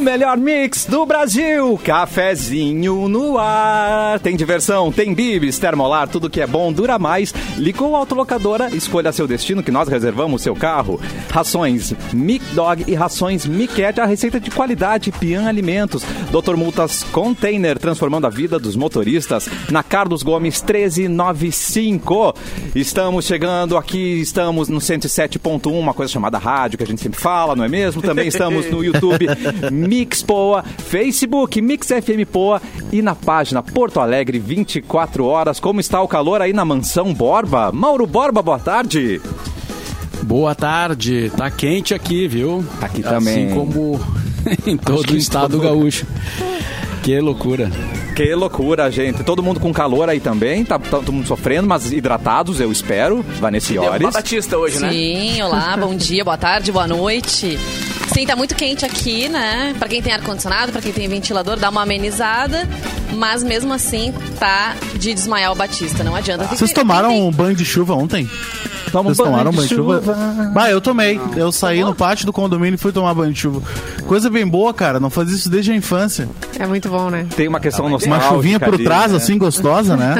melhor mix do Brasil. Cafezinho no ar. Tem diversão, tem bibis, termolar, tudo que é bom dura mais. Ligou a autolocadora, escolha seu destino que nós reservamos seu carro. Rações Mic Dog e rações Miquete, a receita de qualidade Pian Alimentos. Doutor Multas Container, transformando a vida dos motoristas. Na Carlos Gomes 1395. Estamos chegando aqui, estamos no 107.1, uma coisa chamada rádio que a gente sempre fala, não é mesmo? Também estamos no YouTube Mix Poa, Facebook Mix FM Poa e na página Porto Alegre 24 horas. Como está o calor aí na mansão Borba? Mauro Borba, boa tarde. Boa tarde, tá quente aqui, viu? Tá Aqui também. Assim como em todo o estado todo- gaúcho. Que loucura. Que loucura, gente. Todo mundo com calor aí também, tá, tá todo mundo sofrendo, mas hidratados, eu espero. Deu uma Vanessiores. Batista É hoje, né? Sim, olá, bom dia, boa tarde, boa noite. Sim, tá muito quente aqui, né? Pra quem tem ar-condicionado, pra quem tem ventilador, dá uma amenizada. Mas mesmo assim, tá de desmaiar o Batista, não adianta. Tem que- Vocês tem que- tomaram um banho de chuva ontem? Toma Vocês tomaram banho de chuva? Um chuva. Bah, eu tomei. Eu saí no pátio do condomínio e fui tomar banho de chuva. Coisa bem boa, cara. Não fazia isso desde a infância. É muito bom, né? Tem uma questão Uma nostálgica. chuvinha por ali, trás, né? assim, gostosa, né?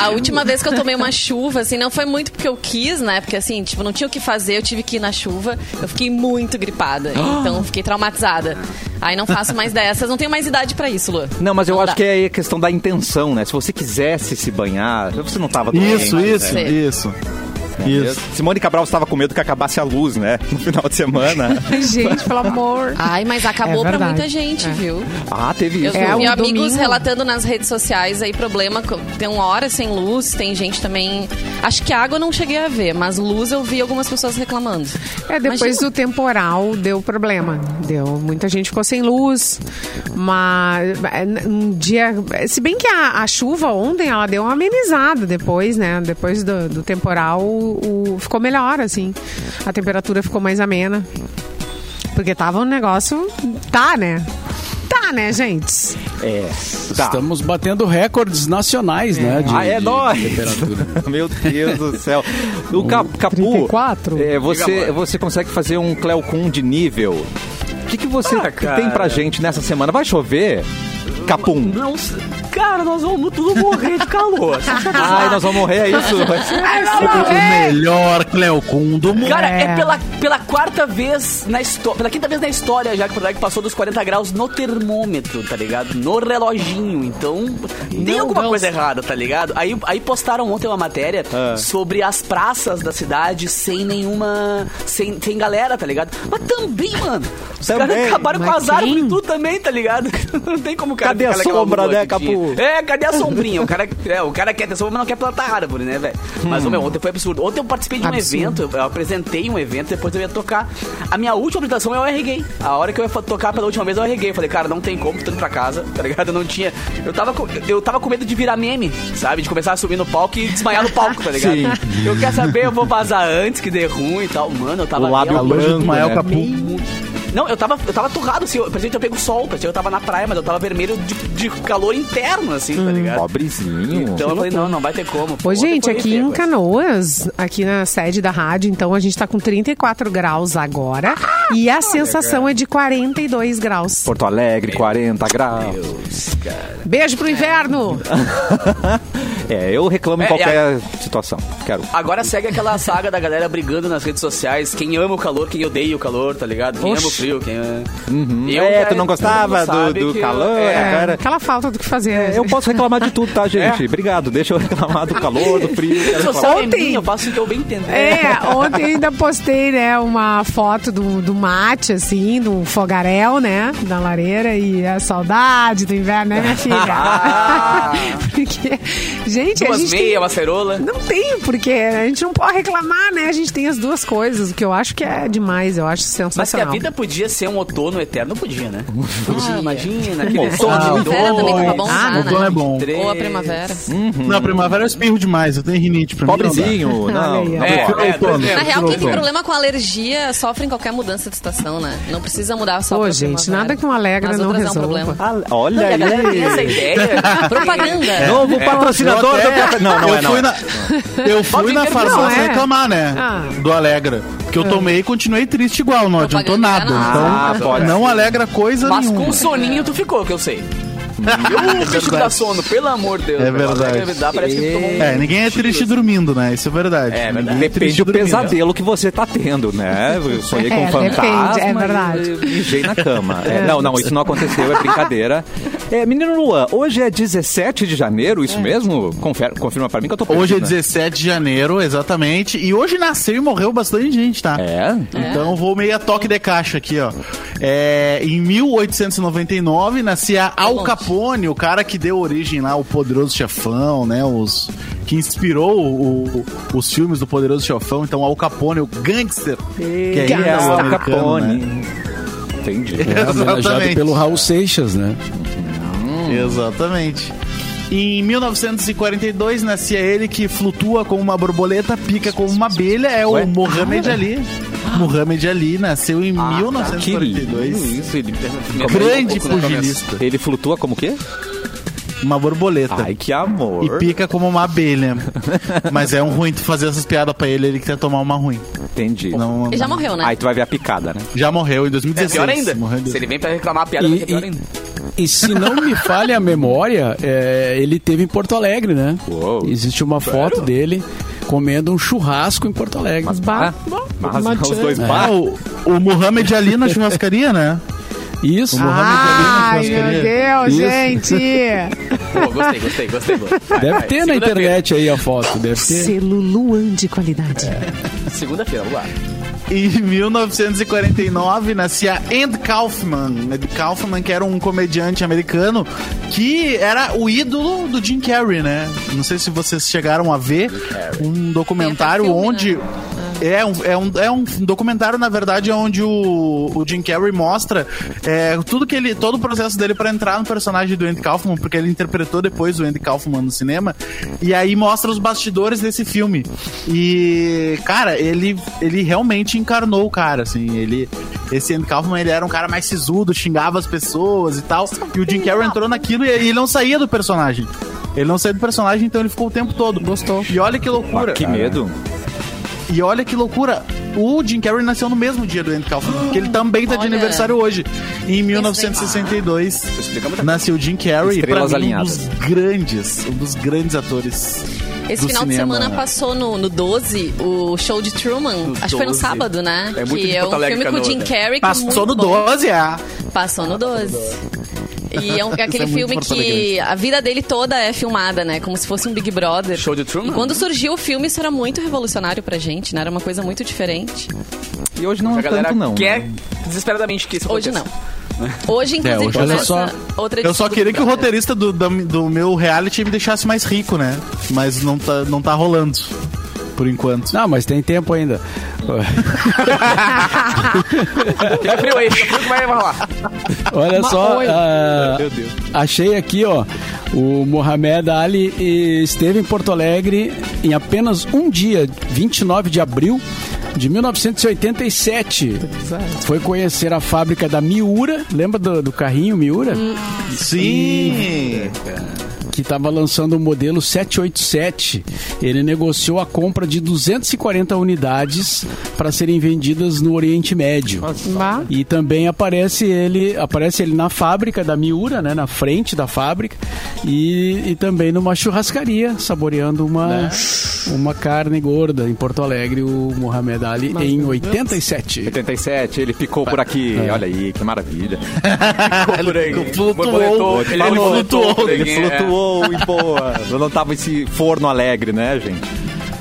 A última vez que eu tomei uma chuva, assim, não foi muito porque eu quis, né? Porque assim, tipo, não tinha o que fazer, eu tive que ir na chuva. Eu fiquei muito gripada, Ah! então fiquei traumatizada. Aí não faço mais dessas, não tenho mais idade pra isso, Lu. Não, mas eu Não acho dá. que é questão da intenção, né? Se você quisesse se banhar, você não tava doente, Isso, né? isso, Sim. isso. Isso. Simone Cabral estava com medo que acabasse a luz, né? No final de semana. Gente, pelo amor. Ai, mas acabou É pra verdade. muita gente, É. viu? ah, teve Eu isso. É, vi um amigos domingo. relatando nas redes sociais aí problema. com- Tem uma hora sem luz, tem gente também. Acho que água eu não cheguei a ver, mas luz eu vi algumas pessoas reclamando. É, depois Imagina. do temporal deu problema. Deu. Muita gente ficou sem luz. Mas é, n- um dia. Se bem que a, a chuva ontem ela deu uma amenizada depois, né? Depois do, do temporal, o, o- ficou melhor, assim. A temperatura ficou mais amena. Porque tava um negócio. Tá, né? Tá, né, gente? É. Tá. Estamos batendo recordes nacionais, né? de- Ah, é de nóis! temperatura. Meu Deus do céu. O Cap- Capu, 34? é, você, Diga, você consegue fazer um Cleocum de nível. O que, que você Ah, cara. tem pra gente nessa semana? Vai chover? Capum. Não, se- cara, nós vamos tudo morrer de calor. Ai, nós vamos morrer, é isso? Vai ser- O melhor Cleocum do mundo. Cara, é, É. pela, pela quarta vez na história, pela quinta vez na história já que o Porto Alegre passou dos 40 graus no termômetro, tá ligado? No reloginho. Então, tem alguma coisa errada, tá ligado? Aí, aí postaram ontem uma matéria Ah. sobre as praças da cidade sem nenhuma. sem, sem galera, tá ligado? Mas também, mano. Os Também. caras acabaram com Mas as árvores e quem? tudo também, tá ligado? Não tem como o cara Cadê ficar a naquela sombra, lua né, que tinha. Capu? É, cadê a sombrinha? O cara, é, o cara quer ter sombra, mas não quer plantar árvore, né, velho? Mas, Hum. ô, meu, ontem foi absurdo. Ontem eu participei de um Absurdo. evento, eu apresentei um evento, depois eu ia tocar. A minha última apresentação é eu arreguei. A hora que eu ia fa- tocar pela última vez, é eu arreguei. Eu Falei, cara, não tem como, tô indo pra casa, tá ligado? Eu não tinha. Eu tava com, eu tava com medo de virar meme, sabe? De começar a subir no palco e desmaiar no palco, tá ligado? Eu quero saber, eu vou vazar antes que dê ruim e tal. Mano, eu tava O lábio realmente- Longe do branco, Mael né? Capu. não, eu tava, eu tava torrado, assim, eu parecia que eu pego sol, parecia que eu tava na praia, mas eu tava vermelho de, de calor interno, assim, Hum. tá ligado? Pobrezinho. Então eu falei, não, não vai ter como. Ô, Ontem gente, foi aqui feio, em mas- Canoas, aqui na sede da rádio, então a gente tá com 34 graus agora Ah, e a sensação é de 42 graus. Porto Alegre, 40 graus. Beijo pro inverno! É, eu reclamo em É, qualquer situação. Quero. Agora segue aquela saga da galera brigando nas redes sociais. Quem ama o calor, quem odeia o calor, tá ligado? Quem ama o frio, quem. Eu, É, cara, tu não todo gostava mundo sabe do- do que eu- calor, é. né? Cara, Aquela falta do que fazer. É, né? eu posso reclamar de tudo, tá, gente? Obrigado. Deixa eu reclamar do calor, do frio. quero Se eu reclamar. sou Ontem- mim, eu faço o que eu bem entendo. É, ontem ainda postei, né, uma foto do, do mate, assim, do fogaréu, né, na lareira, e a saudade do inverno, né, minha Ah. filha? Porque, gente, a Duas gente tem- meias, uma cerola. Não tem, porque a gente não pode reclamar, né? A gente tem as duas coisas, o que eu acho que é demais, eu acho Mas se a sensacional. vida podia ser um outono eterno, podia, né? Podia. imagina, aquele outono. sol de Primavera também tava bom, Ah, usar, o outono né? Ah, é bom. Hum, Ou a primavera. Na primavera eu espirro demais. Eu tenho rinite pra mim. não dá. Pobrezinho. Não, aí, não ó. pode. É, Outono. é, Na real, Outono. quem tem problema com alergia sofre em qualquer mudança de estação, né? Não precisa mudar só Ô, pra gente, primavera. nada que um Allegra As não outras é um resolva. problema. Ah, Olha Tem essa aí. ideia. É, É. Propaganda. Novo torta pra frente. Não, não eu é, não fui é. Na, eu fui na Não farmácia é. reclamar, né? Ah. Do Alegra. Que eu tomei e continuei triste igual, não adiantou Propaganda nada. enganosa. Então, Ah, pode não ser. alegra coisa Mas nenhuma. É, com soninho tu ficou, que eu sei. Eu o bicho que dá verdade. sono, pelo amor de Deus. É meu, verdade. agora deve dar, parece que tu tomou um- É, ninguém é triste dormindo, né? Isso é verdade. É, Ninguém verdade. Depende triste do dormindo. pesadelo que você tá tendo, né? Eu sonhei com É, um fantasma depende, é e- verdade. e mijei na cama. É, não, não, isso não aconteceu, é brincadeira. É, menino Luan, hoje é 17 de janeiro, É. isso mesmo? Confere- confirma pra mim que eu tô perdido, Hoje é né? 17 de janeiro, exatamente. E hoje nasceu e morreu bastante gente, tá? É? Então vou meio a toque de caixa aqui, ó. É, em 1899 nascia Tá Al Capone, o cara que deu origem lá ao Poderoso Chefão, né? Os que inspirou o- os filmes do Poderoso Chefão. Então Al Capone, o gangster. Que Que é índio o americano, Capone. né? Entendi. É, homenageado Exatamente. pelo Raul Seixas, né? Exatamente. Em 1942 nascia ele que flutua como uma borboleta, pica como uma abelha, é Ué? o Mohamed Ali. Ah. Mohamed Ali nasceu em tá. Que lindo 1942. isso, ele... Grande Como é que- pugilista. Ele flutua como o quê? Uma borboleta. Ai, que amor. E pica como uma abelha. Mas é um ruim tu fazer essas piadas pra ele, ele quer tomar uma ruim. Entendi. Não, Ele já morreu, né? Aí tu vai ver a picada, né? já morreu em É 2016. pior ainda. Morreu em Se ele vem pra reclamar a piada, E- vai ser pior e- ainda. E se não me falha a memória, é, ele teve em Porto Alegre, né? Uou. Existe uma foto dele comendo um churrasco em Porto Alegre. Ah. Bah, Mas os dois Ah, barros. o, o Mohamed Ali na churrascaria, né? Ah, Isso. Ai, né, Ali na meu churrascaria. Deus, Isso. gente. Pô, gostei, gostei, gostei. gostei. Vai, Deve vai. ter na Segunda-feira. internet aí a foto, deve ter. Selo Luan de qualidade. É. Segunda-feira, vamos lá. Em 1949 nascia Ed Kaufman. Ed Kaufman, que era um comediante americano que era o ídolo do Jim Carrey, né? Não sei se vocês chegaram a ver um documentário Tem até filme, onde. né? É um, é, um, é um documentário, na verdade, onde o, o Jim Carrey mostra é, tudo que ele. todo o processo dele pra entrar no personagem do Andy Kaufman, porque ele interpretou depois o Andy Kaufman no cinema. E aí mostra os bastidores desse filme. E, cara, ele, ele realmente encarnou o cara, assim. Ele, esse Andy Kaufman, ele era um cara mais sisudo, xingava as pessoas e tal. E o Jim Carrey entrou naquilo e ele não saía do personagem. Ele não saía do personagem, então ele ficou o tempo todo. Gostou. E olha que loucura. Ah, Que medo. E olha que loucura, o Jim Carrey nasceu no mesmo dia do Andy Kaufman, que ele também tá de Olha. é. aniversário hoje. Em 1962, Explica muita nasceu o Jim Carrey, Estrelas pra mim, um alinhadas. dos grandes, um dos grandes atores Esse do final de cinema. né? semana passou no, no 12 o show de Truman. acho que foi no 12. sábado, né? É muito que de é um Porto Alegre, filme com o Canoa, Jim né? Carrey. que é Passou muito no bom. 12, é. Passou no 12. E é, um- é aquele Isso é muito filme Porto que Alegre. a vida dele toda é filmada, né? Como se fosse um Big Brother. Show de Truman? E quando surgiu o filme, isso era muito revolucionário pra gente, né? Era uma coisa muito diferente. E hoje não A é galera tanto, não. quer desesperadamente que isso Hoje não. aconteça. Hoje, inclusive, hoje começa eu só- outra Eu só edição do queria Big que o Brother. roteirista do, da- do meu reality me deixasse mais rico, né? Mas não tá, não tá rolando, por enquanto. Não, mas tem tempo ainda. Fica frio aí, fica frio que vai rolar. Olha só, oi. ah, Meu Deus. achei aqui, ó. O Mohamed Ali eh, esteve em Porto Alegre em apenas um dia, 29 de abril de 1987. Foi conhecer a fábrica da Miura. Lembra do, do carrinho Miura? Sim! que estava lançando o modelo 787. Ele negociou a compra de 240 unidades para serem vendidas no Oriente Médio. Bah. E também aparece ele, aparece ele na fábrica da Miura, né, na frente da fábrica, e, e também numa churrascaria, saboreando uma, uma carne gorda em Porto Alegre, o Mohamed Ali, em 87. 87, ele picou por aqui. Olha aí, que maravilha. Por aí. É. Flutuou, Borboletou, ele ele flutuou, flutuou, Ele flutuou e boa. Eu não tava esse forno alegre, né, gente?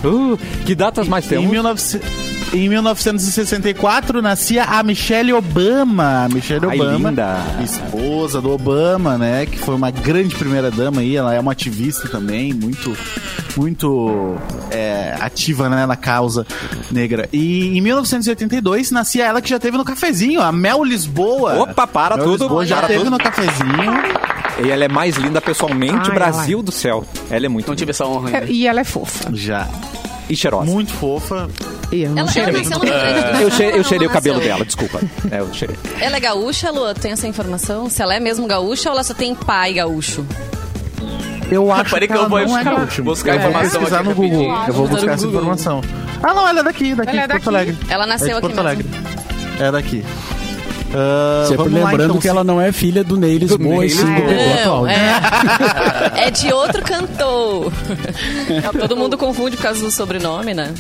Uh, que datas mais Em, temos? 19... em 1964 nascia a Michelle Obama. A Michelle Ai, Obama, linda. esposa do Obama, né? Que foi uma grande primeira dama aí. Ela é uma ativista também, muito, muito é, ativa né, na causa negra. E em 1982 nascia ela que já teve no cafezinho, a Mel Lisboa. Opa, para Mel tudo, Lisboa já para teve tudo. no cafezinho. E ela é mais linda pessoalmente, Ai, Brasil do céu. Ela é muito Não Então, tipo, tive essa honra ainda. E ela é fofa. Já. linda. e cheirosa. Muito fofa. E eu não Ela, ela é cheirei. nasceu no Rio Grande do Sul. É. Eu, che- eu Não, cheirei o não cabelo nasceu. dela, desculpa. É, eu cheirei. Ela é gaúcha, Lua? Tem essa informação? Se ela é mesmo gaúcha ou ela só tem pai gaúcho? Eu acho Peraí que que, eu ela vou não é buscar- gaúcha. buscar Eu vou informação pesquisar aqui no Google. rapidinho. Eu Vou vou botar buscar no essa Google. informação. Ah, não, ela é daqui, daqui Ela é de Porto daqui. Alegre. Ela Ah, nasceu é de aqui Porto mesmo. Alegre. É daqui. Ah, Sempre vamos lá, lembrando então, que ela não é filha do Ney Lisboa e Ney sim do Lisboa. Cocô Não, Atual. é. É de outro cantor. Todo mundo confunde por causa do sobrenome, né?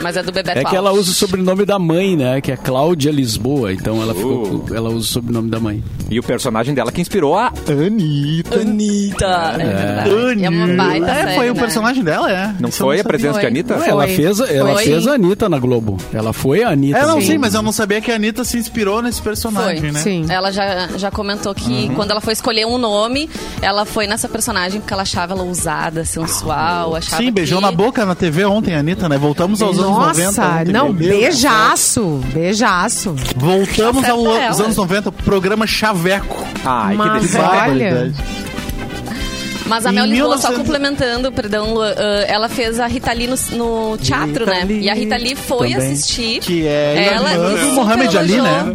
Mas é do Bebeto É que ela usa o sobrenome da mãe, né? Que é Cláudia Lisboa. Então ela, ficou, com- ela usa o sobrenome da mãe. E o personagem dela que inspirou a Anitta. Anitta. É verdade. Anne. É uma baita É, série, foi o né? personagem dela, é. Não Isso eu foi a sabia. presença de Foi. Anitta? Foi. É, Ela fez, ela Foi. fez a Anitta na Globo. Ela foi a Anitta. É, não, sim, Sim. mas eu não sabia que a Anitta se inspirou nesse personagem, Foi. né? Sim. Ela já, já comentou que Uhum. quando ela foi escolher um nome, ela foi nessa personagem porque ela achava ela ousada, sensual, achava Ah. Sim, beijou que- na boca na TV ontem, a Anitta, né? Voltamos aos anos 90. Nossa, ontem, não, né? meu Deus. beijaço, beijaço. Voltamos Acerta ao- aos ela. anos 90, programa Chaveco. Ai, que Mas delícia. Olha. Barbaridade. Mas a Em Mel Lisboa, só 1900 complementando, perdão, Lu, ah, ela fez a Rita Lee no, no teatro, Rita né? Lee e a Rita Lee foi também. assistir. Que é Ela irmã do super Mohamed Ali, elogiou. né?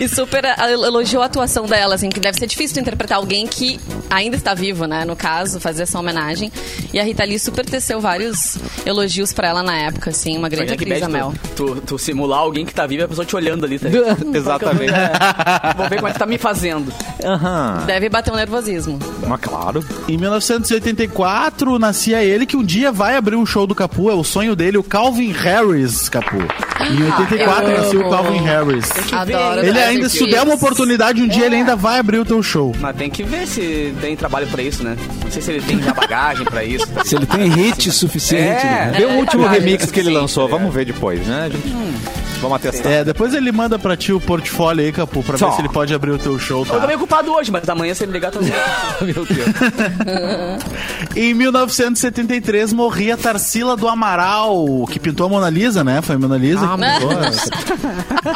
e super ah, elogiou a atuação dela, assim, que deve ser difícil de interpretar alguém que ainda está vivo, né? No caso, fazer essa homenagem. E a Rita Lee super teceu vários elogios pra ela na época, assim, uma grande Imagina que atriz a bad Mel. tu, tu, tu simular alguém que tá vivo e a pessoa te olhando ali, tá? ligado? Exatamente. Vou ver como é que tá me fazendo. Aham. Deve bater um nervosismo. Mas claro. Em 1984, nascia ele que um dia vai abrir o show do Capu. É o sonho dele, o Calvin Harris, Capu. Em 84, Ah, eu nasceu o amo. Calvin Harris. Adoro. Ele adoro ainda, esse se tu der uma filme. oportunidade um dia, É. ele ainda vai abrir o teu show. Mas tem que ver se tem trabalho pra isso, né? Não sei se ele tem já bagagem pra isso. tá Se ele tem hit suficiente. É. né? Vê o último tá, remix é, que ele sim, lançou. tá ligado. Vamos ver depois, né? gente? Vamos atestar. É, depois ele manda pra ti o portfólio aí, Capu, pra Só. ver se ele pode abrir o teu show. Eu tô Tá? meio ocupado hoje, mas amanhã se ele ligar, tá tô Meu Deus. Em 1973, morria Tarsila do Amaral, que pintou a Mona Lisa, né? Foi a Mona Lisa Ah, que pintou. essa.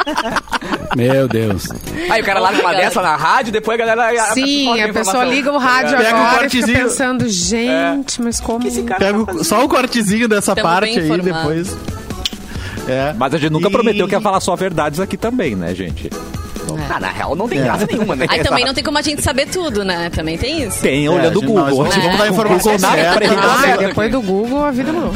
Meu Deus. Aí o cara larga uma dessa na rádio, depois a galera... Sim, foca na a pessoa informação. liga o rádio Pega um agora e fica cortezinho. pensando, gente, mas como... É. Esse cara Pega tá o- fazendo- só o cortezinho dessa Tamo parte bem aí informado. depois. É. Mas a gente nunca E- prometeu que ia falar só verdades aqui também, né, gente? Ah, na real, não tem É. graça nenhuma, né? Aí também não tem como a gente saber tudo, né? Também tem isso. Tem, É, olhando o gente, nós Google. vamos, vamos dar a informação Google nada é né? pra certa. tá ele. Ah, Consegue. depois do Google, a vida não.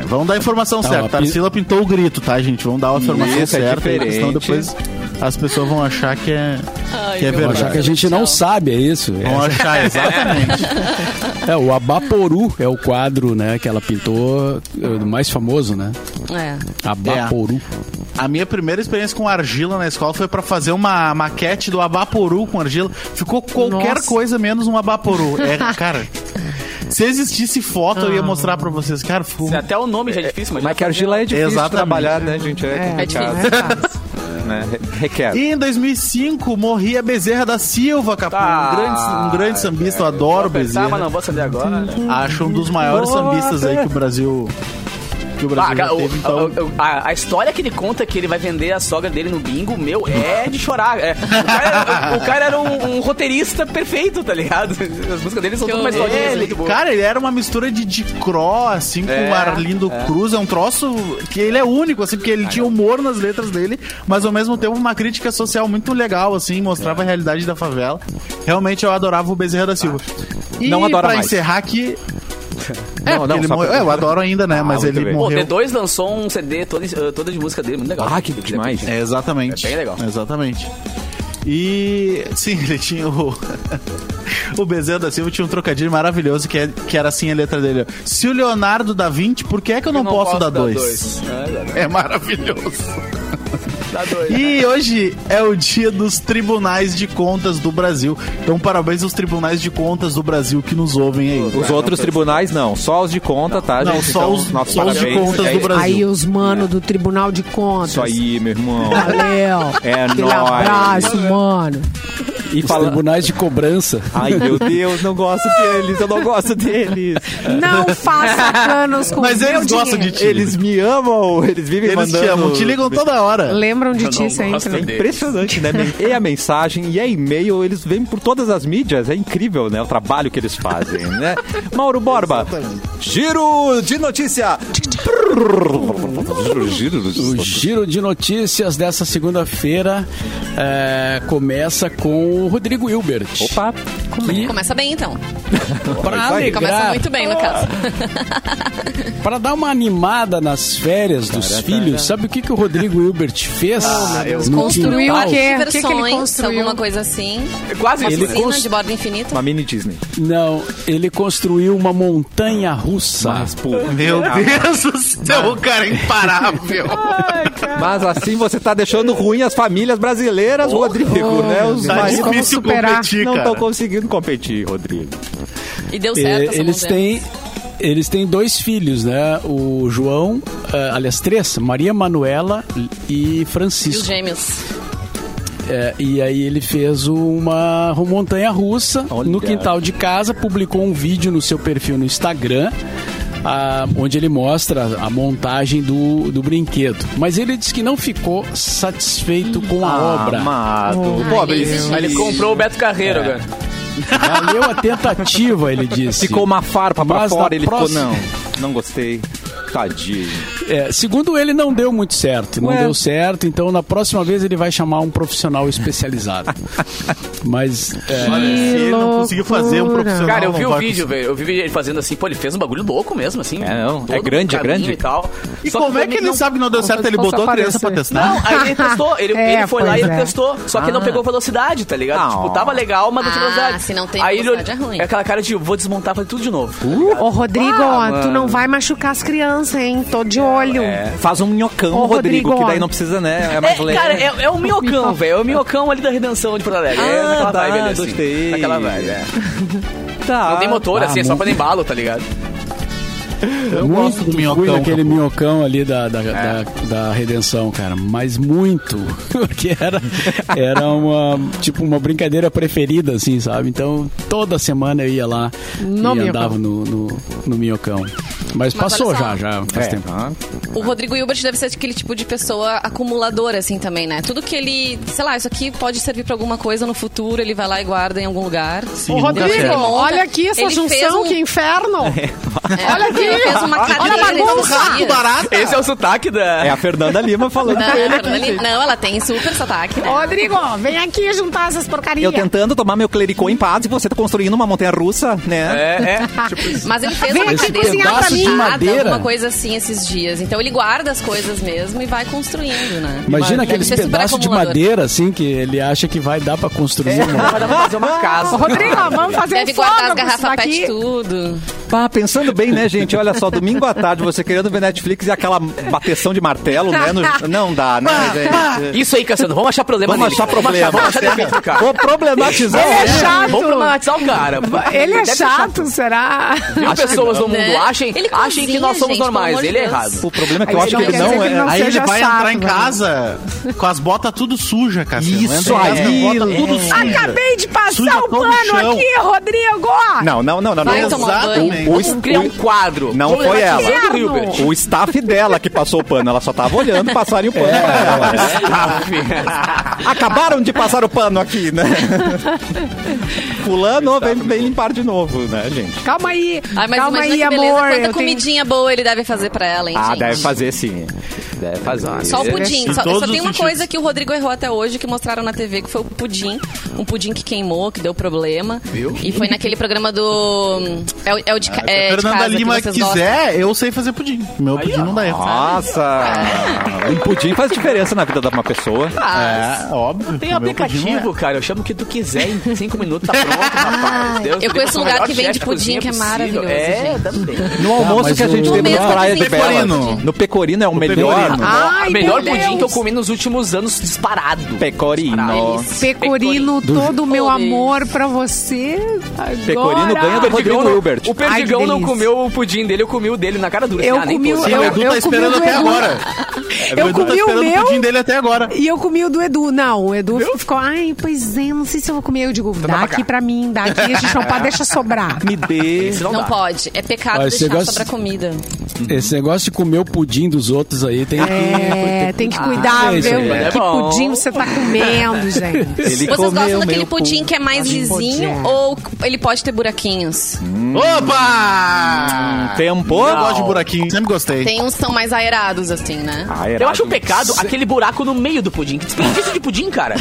É, Vamos dar a informação Tá, certa. ó, pi- Tarsila pintou o grito, tá, gente? Vamos dar a informação Isso, é certa, aí, porque senão diferente. depois as pessoas vão achar que é, Ai, que é meu verdade. Já que a gente não sabe, é isso. Vão achar, exatamente. É, é, o Abaporu é o quadro, né, que ela pintou, é, o mais famoso, né? É. Abaporu. A minha primeira experiência com argila na escola foi pra fazer uma maquete do abaporu com argila. Ficou qualquer Nossa. coisa menos um abaporu. É, cara. Se existisse foto, Ah. eu ia mostrar pra vocês. Cara, ficou. Se Até o nome já é difícil, mas... Mas que a argila é difícil Exatamente. trabalhar, né, gente? É É, complicado. não é fácil. né? Re- Requer. E em 2005 morria Bezerra da Silva, Capu. Tá. Um grande, um grande sambista, eu adoro né? Tá, mas Bezerra. não vou saber agora. Acho um dos maiores sambistas aí que o Brasil. Que o Brasil Ah, já cara, o- teve, então. o- o- a, a história que ele conta é que ele vai vender a sogra dele no bingo, meu, é de chorar. é. O, cara, o cara era um, um roteirista perfeito, tá ligado? As músicas dele são Que tudo mais horror. lojinhas, Ele- é muito boas. cara, ele era uma mistura de Dicró, assim, É, com o Arlindo Cruz. É um troço que ele é único, assim, porque ele tinha humor nas letras dele, mas ao mesmo tempo uma crítica social muito legal, assim, mostrava a realidade da favela. Realmente eu adorava o Bezerra da Silva. E Não adora pra mais. encerrar aqui. É, Não, porque não, ele só morreu. pra- É, eu adoro ainda, né? mas muito ele bem. Pô, morreu. D2 lançou um CD todo, eh, todo de música dele, muito legal. Ah, que demais. É, exatamente. É bem legal. Exatamente. E sim, ele tinha o. o Bezerra da Silva tinha um trocadilho maravilhoso que, é- que era assim a letra dele: ó, Se o Leonardo da Vinci, por que é que eu não, posso, dar, dois? É maravilhoso. Dá dois. E hoje é o dia dos tribunais de contas do Brasil. Então, parabéns aos tribunais de contas do Brasil que nos ouvem aí. Os outros tribunais não, só os de conta, tá, Não, gente? só Então, os- nossos só os de parabéns. contas É do Brasil. Aí os mano do Tribunal de Contas. Isso aí, meu irmão. Valeu. É Aquele nóis. abraço, mano. E Os fala... tribunais de cobrança. é Ai, meu Deus, não gosto deles, eu não gosto deles. Não faça planos com Mas meu eles gostam dinheiro. de ti. Eles me amam, eles vivem Eles mandando... É te amam, te ligam toda hora. Lembram de ti sempre. né? Impressionante, né? E a mensagem, e a e-mail, eles vêm por todas as mídias. É incrível, né? O trabalho que eles fazem, né? Mauro Borba, giro de notícia. Giro de O giro de notícias dessa eh, segunda-feira é, começa com o Rodrigo Hilbert. Opa, Começa bem, então. Pra Começa alegrar, muito bem, no caso. pra dar uma animada nas férias dos filhos, sabe o que, que o Rodrigo Hilbert fez? No Construiu quintal? o quê? O que que ele Diversões, construiu? alguma coisa assim. É Quase Uma ele piscina cons- de borda infinita. Uma mini Disney. Não, ele construiu uma montanha russa. Tá. Mas, pô, Meu ah, Deus do céu, o cara é imparável. mas assim você tá deixando ruim as famílias brasileiras, Rodrigo, né? Os Oh, Tá maridos como difícil superar. competir, não cara. estão conseguindo competir, Rodrigo. E deu É, certo essa eles novela. têm eles têm dois filhos, né? O João, eh, aliás, três, Maria Manuela e E os Francisco. gêmeos. É, e aí ele fez uma montanha russa Olha. no quintal de casa, publicou um vídeo no seu perfil no Instagram. ah, onde ele mostra a montagem do, do brinquedo. Mas ele disse que não ficou satisfeito com a obra. Amado. Pobre. Deus. Ele comprou o Beto Carreiro É. agora. Valeu a tentativa, ele disse. Ficou uma farpa pra Mas na fora, ele próxima- ficou, não, não gostei. Tadinho. É, segundo ele, não deu muito certo. Não Ué. deu certo, então na próxima vez ele vai chamar um profissional especializado. Mas. é, Olha, se ele não conseguiu fazer um loucura. profissional. Cara, eu não vi o vai vídeo, conseguir. velho. Eu vi ele fazendo assim, pô, ele fez um bagulho louco mesmo, assim. É, não, todo é grande, é caminho grande. E, tal. E Só como é que também ele não- sabe que não deu certo? Como Ele se fosse botou a criança pra aparecer. testar? Não, aí ele testou. Ele, É, ele foi lá e pois ele é. testou. Só que ele não pegou velocidade, tá ligado? Ah. Tipo, tava legal, mas não tinha Ah, velocidade. se não tem aí ele velocidade, é ruim. É aquela cara de vou desmontar, fazer tudo de novo. Ô, Rodrigo, Ah, tu mano. não vai machucar as crianças, hein? Tô de olho. É, faz um minhocão, Ô, Rodrigo, Rodrigo, que daí ó. não precisa, né? É É, mais leve. cara, é, é o minhocão, velho. É o minhocão ali da redenção de Porto Alegre. é Ah, naquela tá, vibe ali, assim. gostei. Naquela vibe, é. Tá. Não tem motor, ah, assim, é só pra dar embalo, tá ligado? eu gosto do minhocão, fui naquele Capu. minhocão ali da, da, da, da redenção, cara. Mas muito. Porque era, era uma, tipo, uma brincadeira preferida, assim, sabe? Então, toda semana eu ia lá No e minhocão. andava no, no, no minhocão. Mas, passou olha só. já, já faz É, tempo. tá. O Rodrigo Hilbert deve ser aquele tipo de pessoa acumuladora, assim, também, né? Tudo que ele... Sei lá, isso aqui pode servir pra alguma coisa no futuro, ele vai lá e guarda em algum lugar. tá Ô, Rodrigo, Ele monta- olha aqui essa ele fez junção, um- que inferno! É, Olha aqui. Ele fez uma Olha a cadeira esses bagunça. dias. Barata! Esse é o sotaque da. tá. É a Fernanda Lima falando Não, com ele. a Fernanda Lima- não, ela tem super sotaque, né? Rodrigo, vem aqui juntar essas porcarias. Eu tentando tomar meu clericô em paz e você tá construindo uma montanha russa, né? É, é. Mas ele fez Vem uma aqui cadeira cozinhar pra mim. montada, Madeira. alguma coisa assim esses dias. Então ele guarda as coisas mesmo e vai construindo, né? Imagina Deve aqueles ser super pedaços de acumulador. madeira, assim, que ele acha que vai dar pra construir. né? Vai dar pra fazer é uma Ô, casa. Rodrigo, vamos fazer Deve um fogo guardar as com isso garrafas daqui. pet tudo. Pá, pensando bem, né, gente? Olha só, domingo à tarde você querendo ver Netflix e aquela bateção de martelo, né? no- Não dá, né, gente? Isso aí, Cassiano, vamos achar problema Vamos nele, achar cara. problema. Vamos achar defeito no cara. Vou problematizar. Ele é né? chato. Vamos problematizar o cara. Ele é Deve ser chato, será? Mil pessoas no mundo Né? achem, Ele achem que cozinha, nós somos gente, normais. pelo amor de Ele é Deus. errado. O problema é que Aí eu acho não que ele quer dizer não que é. ele não Aí ele seja vai chato, entrar em velho. casa com as botas tudo suja, cara. Isso aí, tudo Lê. suja. Acabei de Suja passar o todo o pano chão. aqui, Rodrigo! Não, não, não, não. Vai não. tomar banho. Exatamente. O- o- Vamos criar um quadro. Não Vamos foi levar ela. todo o Hilbert. O staff dela que passou o pano, ela só tava olhando passarem o pano pra É, ela. "Ah, Acabaram de passar o pano aqui, né? Fulano vem, vem limpar de novo, né, gente? Calma aí, Ai, Ah, mas calma aí, imagina que beleza, amor. quanta eu tenho- comidinha boa ele deve fazer pra ela, hein, Ah, gente? deve fazer sim. Deve fazer. Só o pudim. Em Só, todos só tem os uma sentidos. coisa que o Rodrigo errou até hoje, que mostraram na TV, que foi o pudim. Um pudim que queimou, que deu problema. Viu? E foi naquele programa do... É, o- é o de, ca- é, de Ah, Fernanda casa, que Lima vocês gostam. quiser, eu sei fazer pudim. Meu pudim não dá erro. Nossa! Um pudim faz diferença na vida de uma pessoa. É, óbvio. Tem um O meu pudim não é. aplicativo, cara. Eu chamo o que tu quiser em cinco minutos, tá pronto, rapaz. Deus, Eu conheço um sou o lugar melhor que vende chefe da pudim cozinha que é possível. maravilhoso, É, também. Tá, No almoço mas que a gente o- teve No na mesmo Praia de vizinho Bela. Pecorino. No Pecorino é o melhor. Pecorino. no- Ai, O melhor meu pudim que eu Deus. comi nos últimos anos, disparado. Pecorino. Delícia. Pecorino, todo o meu Pecorino. amor pra você. Agora. Pecorino ganha do- Rodrigo não- Hilbert. O Perdigão Ai, que não delícia. comeu o pudim dele, eu comi o dele na cara dura. Eu assim, ah, nem comi tô- o- Sim, o Eu- Edu eu tá esperando comi o até Edu. agora. Eu o Edu tá comi o um esperando meu. o pudim dele até agora. E eu comi o do Edu. Não, o Edu ficou, ai, pois é, não sei se eu vou comer. Eu digo, dá aqui pra mim, dá aqui, a gente não pode deixar sobrar. Me dê. Isso Não dá. pode. É pecado Olha, esse deixar negócio- sobrar comida. Esse negócio de comer o pudim dos outros aí tem que. É, tem que cuidar, Ah, isso viu? aí, é Que bom. pudim você tá comendo, gente. Ele Vocês gostam comeu daquele meu pudim que é mais um Pudim. lisinho ou ele pode ter buraquinhos? Opa! Um Tempo. Eu gosto de buraquinho, um sempre gostei. Tem uns que são mais aerados, assim, né? Ah, Eu acho Erasmo. um pecado aquele buraco no meio do pudim. Que desperdício de pudim, cara.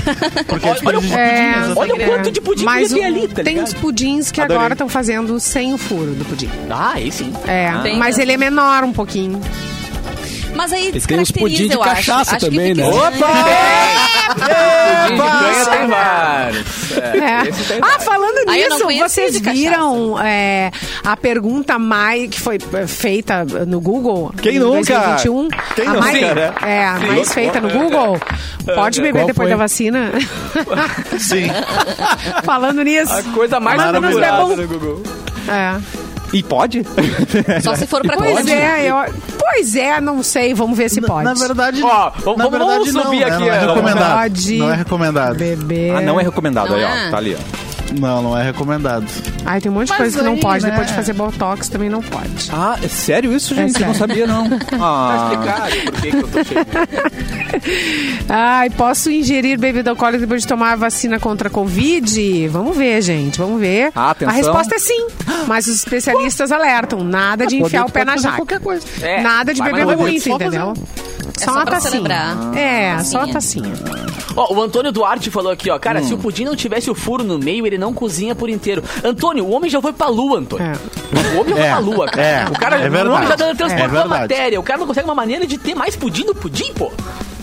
Porque olha, olha o- É, Olha o quanto de pudim mas que ia ter o- ali, tá Tem ligado? uns pudins que Adorei. agora estão fazendo sem o furo do pudim. Ah, aí sim. É, Tem mas mesmo. ele é menor um pouquinho. Mas aí E tem uns pudim descaracteriza, de eu acho. cachaça acho também, que né? fica assim, estranho. Pudim de canha tem vários. É. Ah, falando Aí eu não nisso, conhecia vocês de cachaça. viram é, a pergunta mais que foi é, feita no Google? Quem em nunca? 2021, Quem a nunca, mais, né? É, a Sim. mais feita no Google. Pode beber Qual depois foi? da vacina. Sim. falando nisso. A coisa mais Mas Maravilhoso. menos é bom. Google. É. E pode? Só se for pra Pois pode. é, eu, pois é, não sei, vamos ver se pode. Na verdade, Ó, vamos- na vamos verdade não, subir né? aqui, Não é ó. recomendado. Pode. Não é recomendado. Beber. Ah, não é recomendado. Não Aí, é? ó. Tá ali, ó. Não, não é recomendado. Ai, tem um monte de Mas coisa que não aí, pode. né? Depois de fazer botox também não pode. Ah, é sério isso, gente? É Eu não sabia, não. Ah, Cara, por que que eu tô cheio? Ai, posso ingerir bebida alcoólica depois de tomar a vacina contra a Covid? Vamos ver, gente, vamos ver. Ah, atenção. A resposta é sim, mas os especialistas alertam. Nada de enfiar o pé na jaca. É, Nada de vai beber mandar muito, fazer. entendeu? É só uma pra tacinha. celebrar. É, só uma Tacinha. tacinha. Ó, o Antônio Duarte falou aqui, ó. Cara, se Hum. o pudim não tivesse o furo no meio, ele não cozinha por inteiro. Antônio, o homem já foi pra lua, Antônio. É. O homem já foi É. pra lua, cara. É. O cara, É o homem verdade. já tá transportando É a verdade. matéria. O cara não consegue uma maneira de ter mais pudim do pudim, pô.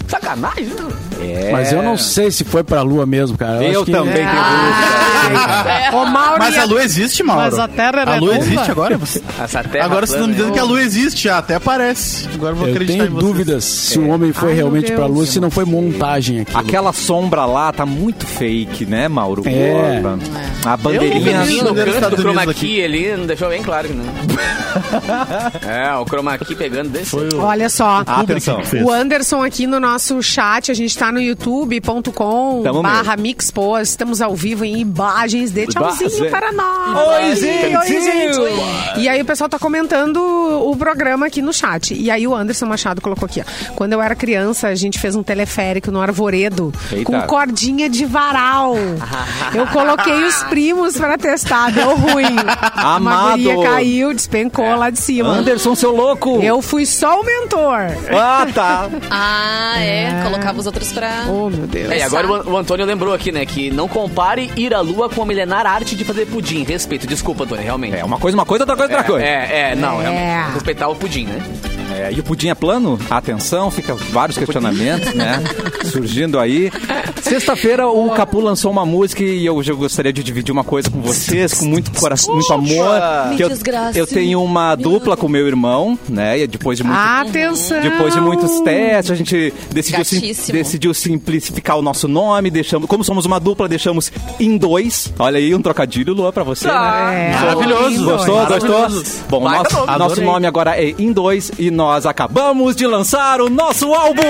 Sacanagem. né? Mas eu não sei se foi pra lua mesmo, cara. Eu, eu acho que- é. também tenho dúvida. É. Ô, Mauro, Mas e a lua existe, Mauro. Mas a Terra é era A lua redonda? existe agora? Você- Essa terra Agora vocês estão plana, é me dizendo que a lua existe. Ah, até parece. Agora eu vou Eu acreditar tenho em vocês. dúvidas se o homem foi Ai, meu realmente pra Deus. lua, se não foi montagem aqui. Aquela sombra lá tá muito fake, né, Mauro? É. Borba? A Eu bandeirinha... não vi no Isso, dos canto um Estados do chroma Unidos key ali, não deixou bem claro que não. é, o chroma key pegando desse. Olha só. Atenção. O Anderson aqui no nosso chat, a gente está no youtube.com Tamo barra Mixpos, estamos ao vivo em imagens de tchauzinho Imagens. é. para nós. Oi, gente. Oi, gente. E aí o pessoal tá comentando o programa aqui no chat. E aí o Anderson Machado colocou aqui, ó. Quando eu era criança, a gente fez um teleférico no Arvoredo Eita. com cordinha de varal. Eu coloquei os primos para testar, deu ruim. Uma Amado. guria caiu, despencou lá de cima. Anderson, seu louco! Eu fui só o mentor. Ah, tá. Ah, é. Colocava os outros pra... Oh, meu Deus. É, e agora o, o Antônio lembrou aqui, né, que não compare ir à lua com a milenar arte de fazer pudim. Respeito, desculpa, Antônio, realmente. É, uma coisa, uma coisa, outra coisa, outra coisa. É, é, não, É. realmente. Respeitar o pudim, né? É, e o pudim é plano? Atenção, fica vários questionamentos, né? Surgindo aí. Sexta-feira o Capu lançou uma música e eu, eu gostaria de dividir uma coisa com vocês, com muito coração, muito amor. Me que eu, desgrace. eu tenho uma dupla com meu irmão, né? E depois de muito Atenção! depois de muitos testes, a gente decidiu, sim- Gatíssimo. decidiu simplificar o nosso nome, deixamos, como somos uma dupla, deixamos em dois. Olha aí, um trocadilho, Luan, pra você, Ah, né? é. Maravilhoso. Gostou, gostou? Bom, o Vai, nosso, tá bom. nosso Adorei. nome agora é Em Dois e nós acabamos de lançar o nosso álbum!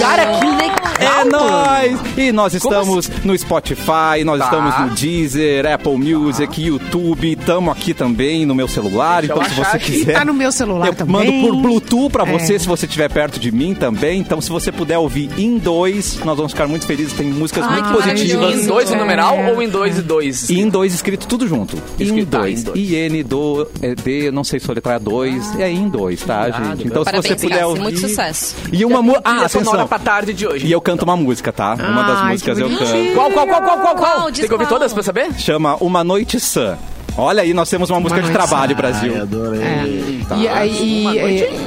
Cara, que legal. É nóis! E nós estamos no Spotify, nós Tá. estamos no Deezer, Apple Music, YouTube, estamos aqui também no meu celular, Deixa eu então se achar você aqui. quiser. Tá no meu celular Eu também. mando por Bluetooth pra você, É. se você estiver perto de mim também. Então, se você puder ouvir em dois, nós vamos ficar muito felizes. Tem músicas Ai, muito que positivas. Em maravilhoso. dois É. em numeral ou em dois e dois? Em dois escrito tudo junto. Em Escrito, tá, dois. em dois. IN do é, D, não sei soletrar dois. É em dois, tá, gente? Então, se Parabéns, você puder Cassi, ouvir. muito sucesso. E uma música. Ah, Ah, sonora atenção. pra tarde de hoje. E eu canto uma música, tá? Uma das Ai, músicas que eu bonitinho. canto. Qual, qual, qual, qual, qual, Qual? qual? Diz Tem que ouvir qual. todas pra saber? Chama Uma Noite Sã. Olha aí, nós temos uma música de Noite trabalho, Brasil. Ai, adorei. É. E aí, e- é,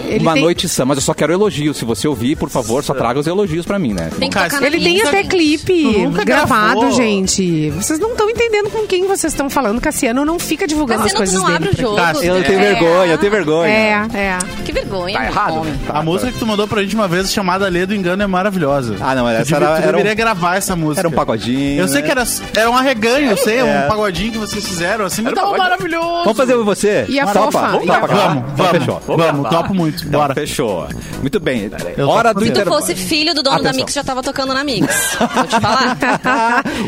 ele tá? uma tem, Noite Sã, mas eu só quero elogio. Se você ouvir, por favor, só traga os elogios pra mim, né? Tem que Cara, tocar na Ele tem mesa, até gente. clipe nunca gravado, gravou. gente. Vocês não estão entendendo com quem vocês estão falando. Cassiano não fica divulgando Cassiano, as tu coisas não dele. abre o pra- jogo. Tá, Eu tenho É. vergonha, eu tenho vergonha. É, é. Que vergonha. Tá meu errado. né? né? homem. A música que tu mandou pra gente uma vez, chamada Lê do Engano, é maravilhosa. Ah, não, essa Tu devia- era- tu era um- deveria gravar essa música. Era um pagodinho. Eu sei né? que era, era um arreganho, eu sei, um pagodinho que vocês fizeram, assim, mas Era um Então tava pagode. maravilhoso. Vamos fazer você? E a Topa? fofa? Vamos, E a- topa, cara? Vamos, Então vamos, fechou. vamos, topo muito, Então, bora. fechou. Muito bem. Eu Hora do tô fazendo. Se tu intervalo. fosse filho do dono da Atenção. Mix, já tava tocando na Mix. Vou te falar.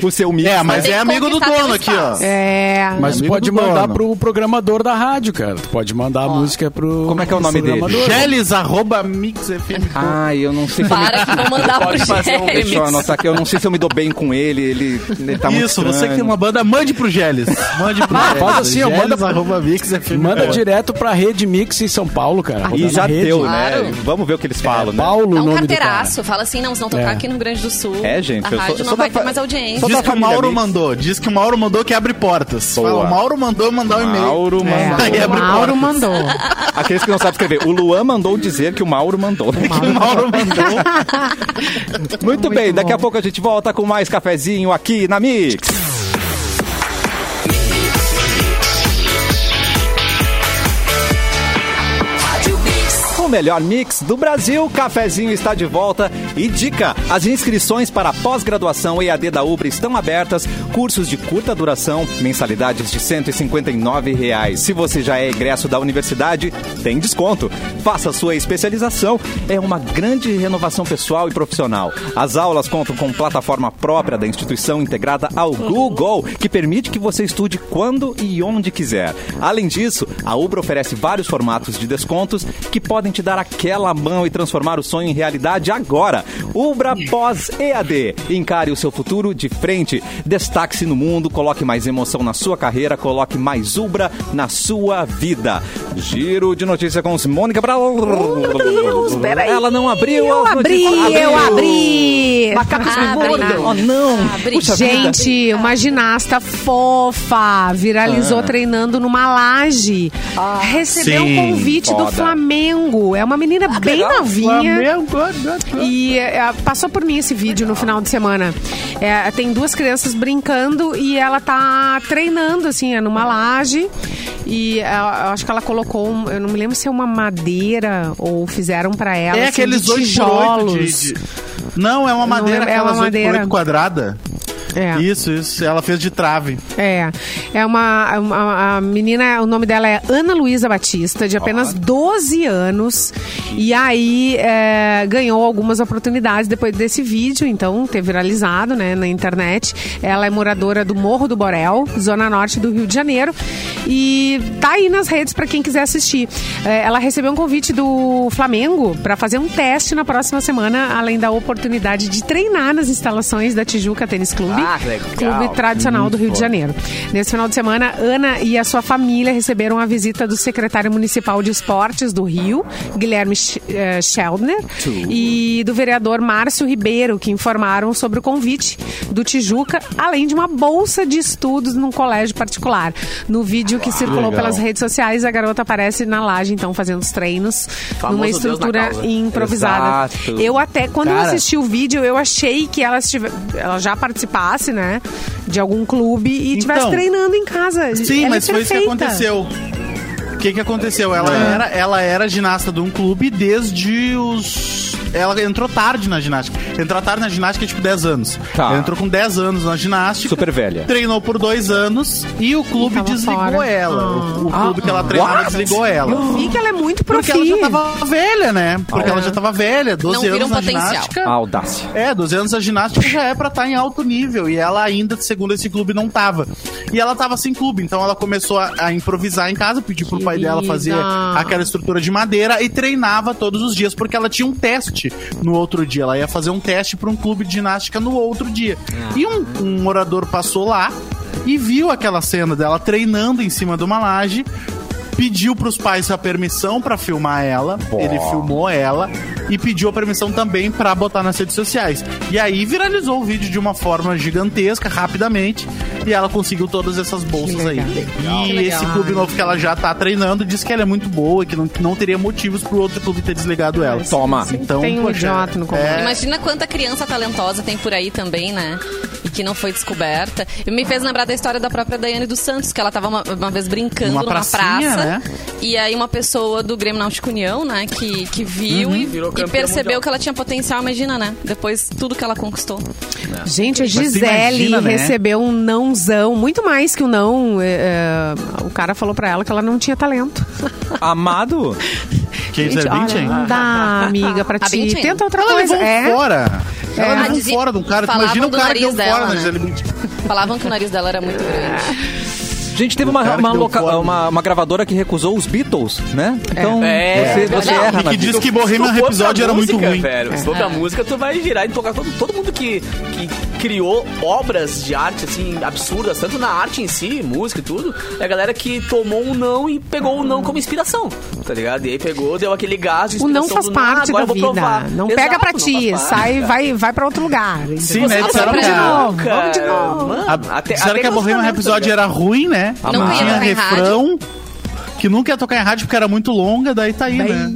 o seu mix. É, mas tem é que amigo do conquistar dono teu aqui, ó. É. Mas tu Amigo pode do mandar dono. pro programador da rádio, cara. Tu pode mandar a música pro. Como é que é o nome dele? programador. Geles, arroba, mixfm. Ai, eu não sei se eu me... Para Então, que vão mandar pro Pode fazer um Jeremy. Deixa eu anotar aqui. Eu não sei se eu me dou bem com ele. Ele, ele tá muito Isso, você que estranho. tem uma banda, mande pro Geles. Mande pro Ah, Geles. Faz assim, ó, manda, arroba Mix FM. manda direto pra Rede Mix em São Paulo, cara. Rodar E na já rede. deu, Claro. né? Vamos ver o que É, eles falam, né? Paulo, Dá o um nome do cara. carteiraço. Fala assim, não, se não tocar É. aqui no Rio Grande do Sul, É, gente, a eu sou- rádio sou não da vai fa- ter mais audiência. sou da Diz que o família Mauro Mix. mandou. Diz que o Mauro mandou que abre portas. Boa. Fala, o Mauro mandou mandar um e-mail. Mauro mandou. Aí É, o abre Mauro portas. mandou. Aqueles que não sabem escrever. O Luan mandou dizer que o Mauro mandou. O Mauro tá mandou. Muito, bem, Muito daqui a bom. pouco a gente volta com mais cafezinho aqui na Mix. O melhor mix do Brasil, Cafezinho está de volta. E dica: as inscrições para a pós-graduação EAD da UBRA estão abertas, cursos de curta duração, mensalidades de R$ 159 reais. Se você já é egresso da universidade, tem desconto. Faça sua especialização, é uma grande renovação pessoal e profissional. As aulas contam com plataforma própria da instituição integrada ao Google, que permite que você estude quando e onde quiser. Além disso, a UBRA oferece vários formatos de descontos que podem te dar aquela mão e transformar o sonho em realidade agora. Ubra Pós EAD. Encare o seu futuro de frente. Destaque-se no mundo, coloque mais emoção na sua carreira, coloque mais Ubra na sua vida. Giro de notícia com Simônica Brau. Ela não abriu Eu as abri, notícias. eu abri. Macacos me Abre, mordam. Ah, abre. Oh, não. Abre. Puxa vida. Gente, uma ginasta fofa viralizou treinando numa laje. Recebeu Ah. Sim, um convite foda. do Flamengo. É uma menina bem novinha. E é, passou por mim esse vídeo no final de semana. É, tem duas crianças brincando e ela tá treinando, assim, é numa laje. E é, eu acho que ela colocou, um- eu não me lembro se é uma madeira ou fizeram pra ela. É assim, aqueles de oito tijolos. De, de... Não, é uma madeira, é- é uma aquelas 8 por madeira. 8 quadrada. É. Isso, isso. Ela fez de trave. É, é uma, uma- a menina, o nome dela é Ana Luísa Batista, de apenas 12 anos, e aí é, ganhou algumas oportunidades depois desse vídeo, então ter viralizado, né, na internet. Ela é moradora do Morro do Borel, zona norte do Rio de Janeiro, e tá aí nas redes para quem quiser assistir. É, ela recebeu um convite do Flamengo para fazer um teste na próxima semana, além da oportunidade de treinar nas instalações da Tijuca Tênis Clube, Ah, que legal. clube tradicional do Rio de Janeiro. Nesse final de semana, Ana e a sua família receberam a visita do secretário municipal de esportes do Rio, Guilherme Sch- eh, Scheldner, e do vereador Márcio Ribeiro, que informaram sobre o convite do Tijuca, além de uma bolsa de estudos num colégio particular. No vídeo Ah, que circulou legal. pelas redes sociais, a garota aparece na laje, então, fazendo os treinos Famoso numa Deus na estrutura causa. improvisada. Exato. Eu até, quando eu Cara. assisti o vídeo, eu achei que ela, estive, ela já participasse, né? De algum clube e estivesse Então. treinando em casa. Sim, Ela é mas foi isso que perfeita. aconteceu. O que, que aconteceu? Ela, É. era, ela era ginasta de um clube desde os. Ela entrou tarde na ginástica. Entrou tarde na ginástica, tipo, 10 anos. Tá. Ela entrou com 10 anos na ginástica. Super velha. Treinou por dois anos e o clube tava desligou fora. ela. O, o clube que ela treinava Ah. What? desligou ela. Vi que ela é muito Porque ela já profi. tava velha, né? Ah, Porque é. ela já tava velha, 12 Não viram anos na potencial. ginástica. A audácia. É, 12 anos a ginástica já é pra estar em alto nível. E ela ainda, segundo esse clube, não tava. E ela tava sem clube, então ela começou a, a improvisar em casa, pediu pro pai dela fazer Querida. aquela estrutura de madeira e treinava todos os dias, porque ela tinha um teste no outro dia. Ela ia fazer um teste pra um clube de ginástica no outro dia. E um, um morador passou lá e viu aquela cena dela treinando em cima de uma laje. Pediu pros pais a permissão pra filmar ela. Ele filmou ela e pediu a permissão também pra botar nas redes sociais. E aí viralizou o vídeo de uma forma gigantesca, rapidamente, e ela conseguiu todas essas bolsas aí. Que E legal. esse clube novo que ela já tá treinando diz que ela é muito boa, e que não, que não teria motivos pro outro clube ter desligado ela. Toma. Então, Tem um idiota no comando. é, Imagina quanta criança talentosa tem por aí também, né? E que não foi descoberta. E me fez lembrar da história da própria Daiane dos Santos, que ela tava uma, uma vez brincando Numa numa pracinha, praça. né? E aí uma pessoa do Grêmio Náutico União, né, que, que viu e, Virou e campeã percebeu mundial. que ela tinha potencial, imagina, né? Depois tudo que ela conquistou. Gente, a tu Gisele imagina, né? recebeu um nãozão, muito mais que um não. é, é, o cara falou pra ela que ela não tinha talento. Amado? quem Gente, é olha, 20, hein? Ah. não dá, amiga, Tá pra A ti. Bintin? Tenta outra Ela coisa. levou um É. fora. Ah, Ela levou um dizia- fora de um cara. Tu falavam Imagina o do cara que deu nariz fora dela, na né? Gisele Bündchen. Falavam que o nariz dela era muito grande. A gente teve O uma, cara que uma, deu loca- fome. uma- uma gravadora que recusou os Beatles, né? Então, É. você, você Não, erra E na que vida. diz que Se tu Bohemian for Rhapsody pra era muito música, ruim. Velho, se for É. pra música, tu vai girar e tocar todo, todo mundo que, que criou obras de arte, assim, absurdas, tanto na arte em si, música e tudo, é a galera que tomou um não e pegou o não como inspiração, tá ligado? E aí pegou, deu aquele gás de O não inspiração faz do nada, parte agora da eu vou vida. provar. Não Exato, pega pra não ti, faz parte, sai, cara. vai, vai pra outro lugar. Sim, né? Você vai Disseram que pra a- novo, vamos de Cara, novo. mano, até- disseram até que a Bohemian relacionamento, Rhapsody tá ligado? era ruim, né? Não ia tinha tocar em refrão, que nunca ia tocar em rádio porque era muito longa, daí tá aí, né?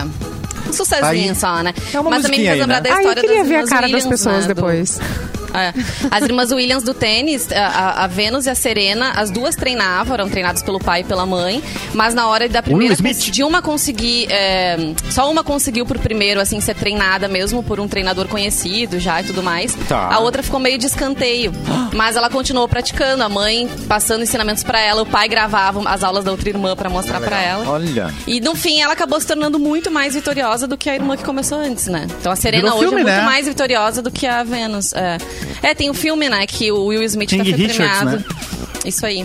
É. Um sucessinho Aí- só, né? É uma Mas também me musiquinha fez aí, lembrar né? da Aí Ah, eu história queria das ver a irmãs cara Williams, das pessoas né? Do- depois. É. As irmãs Williams do tênis, a- a, a Vênus e a Serena, as duas treinavam, eram treinadas pelo pai e pela mãe, mas na hora da primeira, Smith. de uma conseguir, é, só uma conseguiu por primeiro, assim, ser treinada mesmo por um treinador conhecido já e tudo mais. Tá. A outra ficou meio de escanteio, mas ela continuou praticando, a mãe passando ensinamentos pra ela, o pai gravava as aulas da outra irmã pra mostrar pra ela. Ah, Olha. E no fim ela acabou se tornando muito mais vitoriosa do que a irmã que começou antes, né? Então a Serena Virou hoje filme, é muito né? mais vitoriosa do que a Venus. É, É, tem o filme, né, que o Will Smith King tá foi Richards, premiado. né? Isso aí.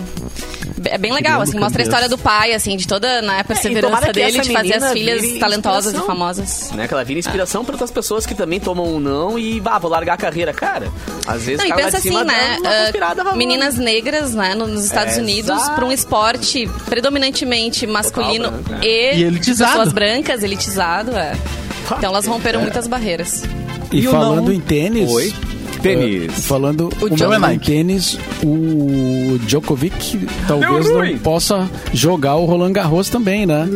Be- É bem legal, assim, mostra a história do pai, assim, de toda né, a É, tomara perseverança que dele essa de fazer menina as filhas vire talentosas e inspiração. famosas. Né, que ela vira inspiração pra outras pessoas que também tomam um não e, bah, vou largar a carreira. Cara, às vezes Não, e o cara lá pensa de cima assim, né? dá uma ah, é conspirada, vai, meninas negras, né, no- nos Estados É, Unidos, exato. pra um esporte predominantemente masculino branco, né? e, E elitizado. pessoas brancas, elitizado, é. Então elas É. romperam muitas barreiras. E, E o falando não- em tênis. Oi? Tênis. eh, É. Falando O o Djokovic. meu em tênis, o Djokovic talvez Deu não ruim. possa jogar o Roland Garros também, né?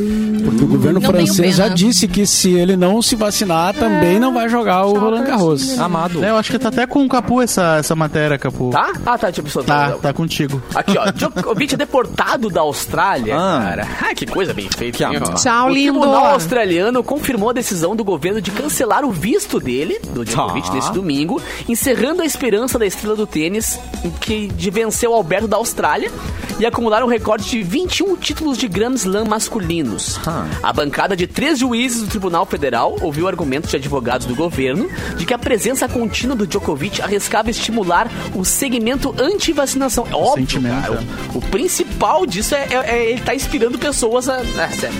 Porque o governo Não tenho francês já pena. disse que se ele não se vacinar, também não vai jogar o Roland Garros. Amado. É, eu acho que tá até com o Capu essa, essa matéria, Capu. Tá? Ah, tá, tipo, só Tá, tá contigo. Aqui, ó. Djokovic é deportado da Austrália, Ah. cara. Ah, que coisa bem feita. Que hein, amor. ó. Tchau, o lindo. tribunal australiano confirmou a decisão do governo de cancelar o visto dele, do Djokovic, Tá. nesse domingo, encerrando a esperança da estrela do tênis que, de vencer o Alberto da Austrália e acumular um recorde de 21 títulos de Grand Slam masculinos. Ah. A bancada de três juízes do Tribunal Federal ouviu argumentos de advogados do governo de que a presença contínua do Djokovic arriscava estimular o segmento anti-vacinação. É óbvio, sentimento, cara, é. o- o principal disso é, é- é ele tá inspirando pessoas a. É, sério.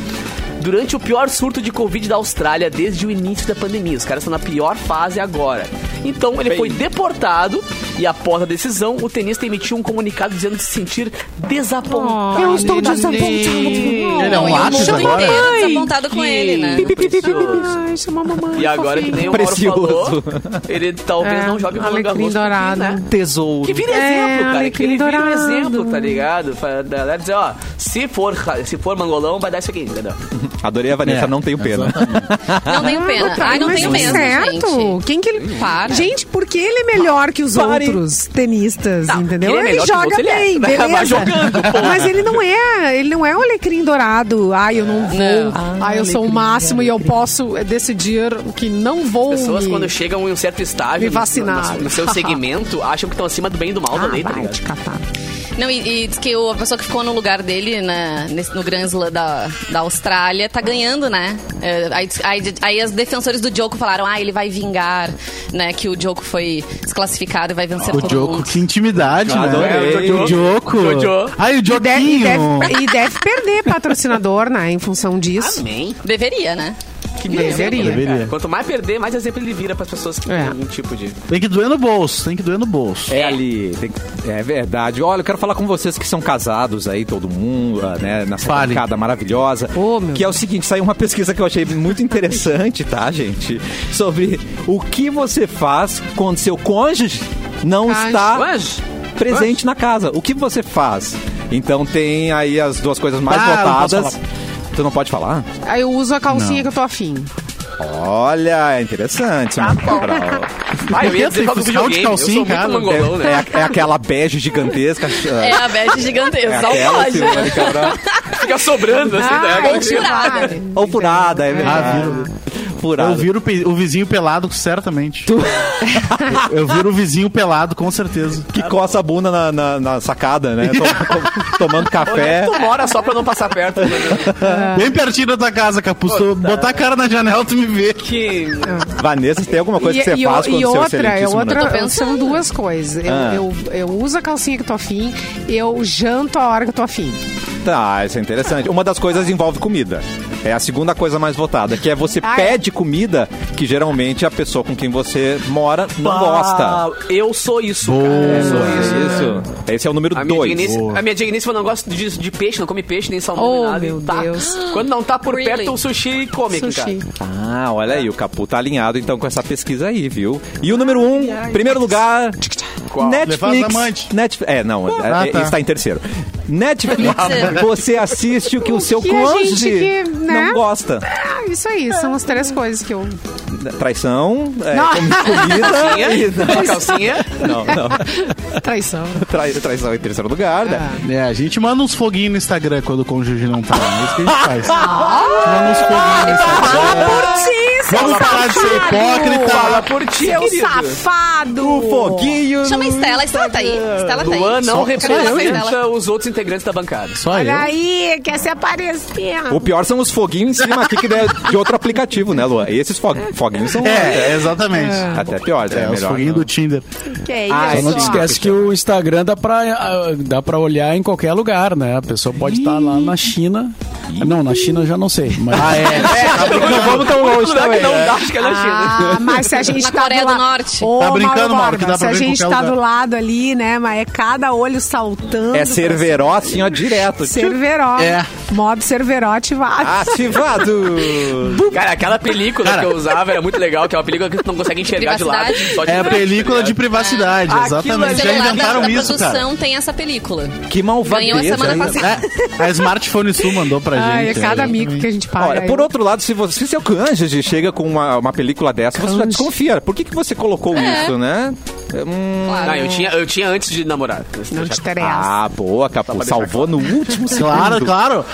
Durante o pior surto de Covid da Austrália desde o início da pandemia. Os caras estão na pior fase agora. Então, ele foi deportado e, após a decisão, o tenista emitiu um comunicado dizendo que se sentir desapontado. tá Eu estou Ele é um Não, e o lápis mundo agora? inteiro desapontado com ele, né? Que precioso. Ai, chama a mamãe. E agora que nem o Mauro Precioso. falou, ele talvez É, não jogue o Roland alecrim Garros. porque, dourado. né? Tesouro. Que vira É, exemplo, cara. Que alecrim ele vira um dourado. exemplo, tá ligado? Pra galera dizer, ó, se for, ra- se for mangolão, vai dar isso aqui, entendeu? Adorei a Vanessa, É, não tenho pena. Não tenho pena. Ai, não tá tenho mesmo, certo. gente. Quem que ele... Para. Gente, por que ele é melhor que os outros tenistas, Tá, entendeu? ele é Ele, melhor que joga você, ele é. bem, Vai acabar beleza. jogando, pô. Mas ele não é, ele não é um alecrim dourado. Ai, eu não vou. Não. Ai, eu sou o máximo e eu posso eh, decidir que não vou Pessoas me- quando chegam em um certo estágio me no- vacinar. No, no seu segmento, acham que estão acima do bem e do mal Ah, da lei, tá vai ligado? te catar. Não, e, e diz que o- a pessoa que ficou no lugar dele, né, nesse- no Grand Slam da, da Austrália, tá ganhando, né? É, aí, diz- aí, aí os defensores do Djoko falaram, ah, ele vai vingar, né? Que o Djoko foi desclassificado e vai Tá vencer O todo Joko, mundo. que intimidade, né? Adorei. O Joko. Jojo. Ai, o E deve, e, Joquinho. deve, e deve perder patrocinador, né? Em função disso. Amém. Deveria, né? Que né, Deveria. cara? Deveria. Quanto mais perder, mais exemplo ele vira pras pessoas que É. têm algum tipo de... Tem que doer no bolso, tem que doer no bolso. É ali, tem que- é verdade. Olha, eu quero falar com vocês que são casados aí, todo mundo, ah, né? Nessa Fale. Oh, bancada maravilhosa. Ô, meu que é o seguinte, saiu uma pesquisa que eu achei muito interessante, tá, gente? Sobre o que você faz quando seu cônjuge não Cônjuge. está Cônjuge. presente na casa. O que você faz? Então tem aí as duas coisas mais Ah, não posso votadas. Tu não pode falar? Aí eu uso a calcinha que eu tô afim. Olha, é interessante, Tá Simone Cabral. Ah, eu ia Tem dizer logo fiscal de videogame, eu calcinha sou em muito casa. mangolão, É, né? a- é aquela bege gigantesca. É a Beth é gigantesca, só aquela, pode. Simone Cabral. Fica sobrando, assim, né? Ah, Aquela é coisa- furada. Ou furada, é Ah, verdade. viu? furado. Eu viro o pe- o vizinho pelado, certamente. eu viro o vizinho pelado, com certeza. Que coça a bunda na, na- na sacada, né? Tom- tom- tomando Onde é café. que tu mora só pra não passar perto? né? Ah. Bem pertinho da tua casa, Capuz. Tu botar a cara na janela, tu me vê. que... Vanessa, tem alguma coisa e, que você e faz o- quando e seu outra, é excelentíssimo outra Tô pensando. são duas coisas. Eu, Ah. eu, eu uso a calcinha que tô afim, eu janto a hora que eu tô afim. não- Tá, isso é interessante. Uma das coisas envolve comida. É a segunda coisa mais votada, que é você Ah, é. pede comida que geralmente a pessoa com quem você mora não Ah, gosta. Eu sou isso, cara. Eu sou isso. Isso. Esse é o número A minha, dois. digníssima, a minha digníssima não gosta de, de peixe, não come peixe, nem salmão, nem Oh, nada. meu Tá. Deus. Quando não tá por Really? perto, o sushi come aqui, cara. Sushi. Ah, olha aí, o Capu tá alinhado então com essa pesquisa aí, viu? E o número um, primeiro lugar, Levar Netflix. as amantes. Netf- É, não, Ah, é- tá. está em terceiro. Netflix, Putz. você assiste o que o seu que a gente cônjuge que, né? não gosta. Ah, isso aí, são as três coisas que eu. Traição, é, Não. come comida e... Calcinha, uma calcinha. Não, não. Traição. Trai- traição em terceiro lugar, né? Ah. É, a gente manda uns foguinhos no Instagram quando o cônjuge não tá lá. É isso que a gente faz. A gente manda uns foguinhos Ah, no Instagram. Por ti, seu Vamos parar de ser Fala hipócrita. por ti, seu querido. safado! O foguinho... Chama a no Estela, a Estela tá aí. a Estela tá aí. Luan não Só- só eu, gente. representa os outros integrantes da bancada. Só eu. Olha aí, quer se aparecer. O pior são os foguinhos em cima aqui que é de outro aplicativo, né, Luan? E esses fo- foguinhos são É, exatamente. Ah, até piores, é, É, os melhor. foguinhos não. do Tinder. Que é isso? Ah, Só não te Sim, esquece que o Instagram dá pra, ah, dá pra olhar em qualquer lugar, né? A pessoa pode estar lá na China. Não, na China eu já não sei. Mas... Ah, é? Não vamos tão longe Será que também. não né? dá? Acho que é na China. Ah, mas se a gente Na tá Coreia do, do la- Norte. Ô, Tá brincando, Mauro, que Borba, dá pra Se a ver em gente qualquer tá do lugar. lado ali, né, mas é cada olho saltando. É pra serveró assim, ó, direto. cima. Cerveró. É. Mob Cerveró ativado. Ah, Ativado! Cara, aquela película que eu usava era muito legal, que é uma película que tu não consegue enxergar de lado. Privacidade. Só de É a frente, tá película de ligado? privacidade, Aquilo é O exatamente. Já celular da, inventaram da isso, cara. produção tem essa película. que malvadeza. Ganhou a semana hein? passada. É, a Smartphone Sul mandou pra gente. Ai, é cada exatamente. amigo que a gente paga. Olha, aí. por outro lado, se você se seu cônjuge chega com uma, uma película dessa, você já Cônjuge. desconfia. Por que, que você colocou isso, né? É, Hum... Claro. Não, eu tinha, eu tinha antes de namorar. Não te interessa. Ah, boa, Capu. Salvou no último segundo. Claro, claro.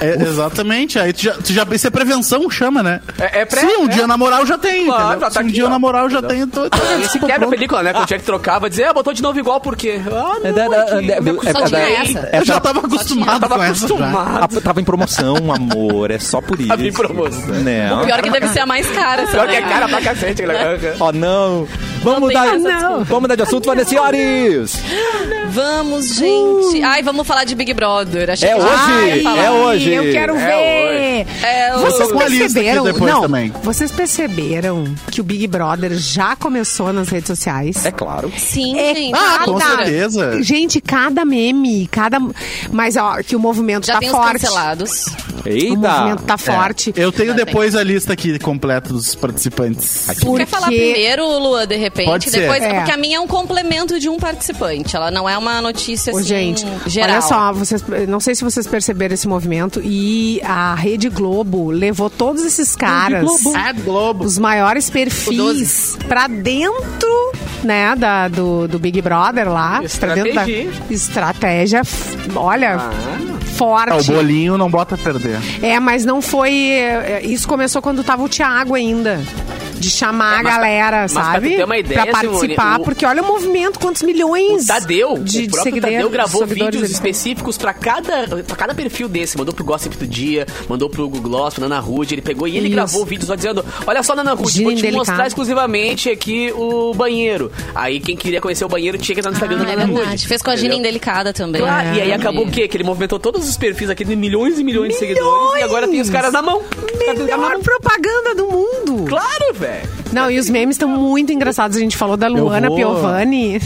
É, exatamente. Aí tu já, tu já- Isso é prevenção, chama, né? É- é pré- Se um é. dia namorar, eu já tenho. Claro, entendeu? já tá Se um aqui, dia ó. eu namorar, eu já tenho. Tô, tô, Se quebra a película, né? Quando tinha que trocar, vai dizer, ah, botou de novo igual, por quê? Ah, não, É da- da- é que- da- me é Só acostumei. da- tinha essa. eu já tava acostumado Tava com essa. já. Ah, acostumado. tava em promoção, amor. É só por isso. Né? Tava em promoção. Não. Pior que deve ser a mais cara. essa Pior que é daí. cara pra cacete. galera. Oh, não. Vamos tem mudar, essa, não. desculpa. vamos mudar de assunto, Vanessiores. Vamos, Uh. gente. Ai, vamos falar de Big Brother. Achei É que- hoje, Ai, é falar. hoje. Eu quero É ver. É hoje. Vocês Vocês com a lista aqui perceberam? depois não, também. vocês perceberam que o Big Brother já começou nas redes sociais? É claro. Sim, É gente. cada- Ah, com certeza. Gente, cada meme, cada. Mas ó, que o movimento Já tá tem os forte. cancelados. O Eita. É. movimento tá forte. Eu tenho depois a lista aqui completa dos participantes. Tu Porque- Quer falar primeiro, Luan, de repente? Pode ser. Depois, É. Porque a minha é um complemento de um participante. Ela não é uma notícia, Ô, assim, gente, geral. olha só, vocês, não sei se vocês perceberam esse movimento e a Rede Globo levou todos esses caras, Ah, Globo. os maiores O 12. perfis, pra dentro, né, da, do, do Big Brother lá, pra dentro da Estratégia. estratégia, f- olha, forte. Ah, o bolinho não bota a perder. É, mas não foi. é, é, Isso começou quando tava o Thiago ainda. De chamar É, mas a galera, pra- mas pra sabe? tu ter uma ideia, pra participar, Simone, o- porque olha o movimento, quantos milhões. O Tadeu, de, o de próprio seguidores, Tadeu gravou seguidores vídeos ele tem. específicos pra cada, pra cada perfil desse. Mandou pro Gossip do Dia, mandou pro Google Gloss, pro Nana Rude. Ele pegou e ele Isso. gravou vídeos só dizendo: Olha só, Nana Rude, Gina vou te indelicada. mostrar exclusivamente aqui o banheiro. Aí quem queria conhecer o banheiro tinha que entrar no Instagram Ah, da é Nana verdade. Rude. Fez com a Gina Entendeu? Indelicada também. Claro, e aí acabou o quê? Que ele movimentou todos os perfis aqui de milhões e milhões, de seguidores. E agora tem os caras na mão. Tá na Melhor mão. é propaganda do mundo. Claro, velho. Não, e os memes estão muito engraçados. A gente falou da Luana vou- Piovani.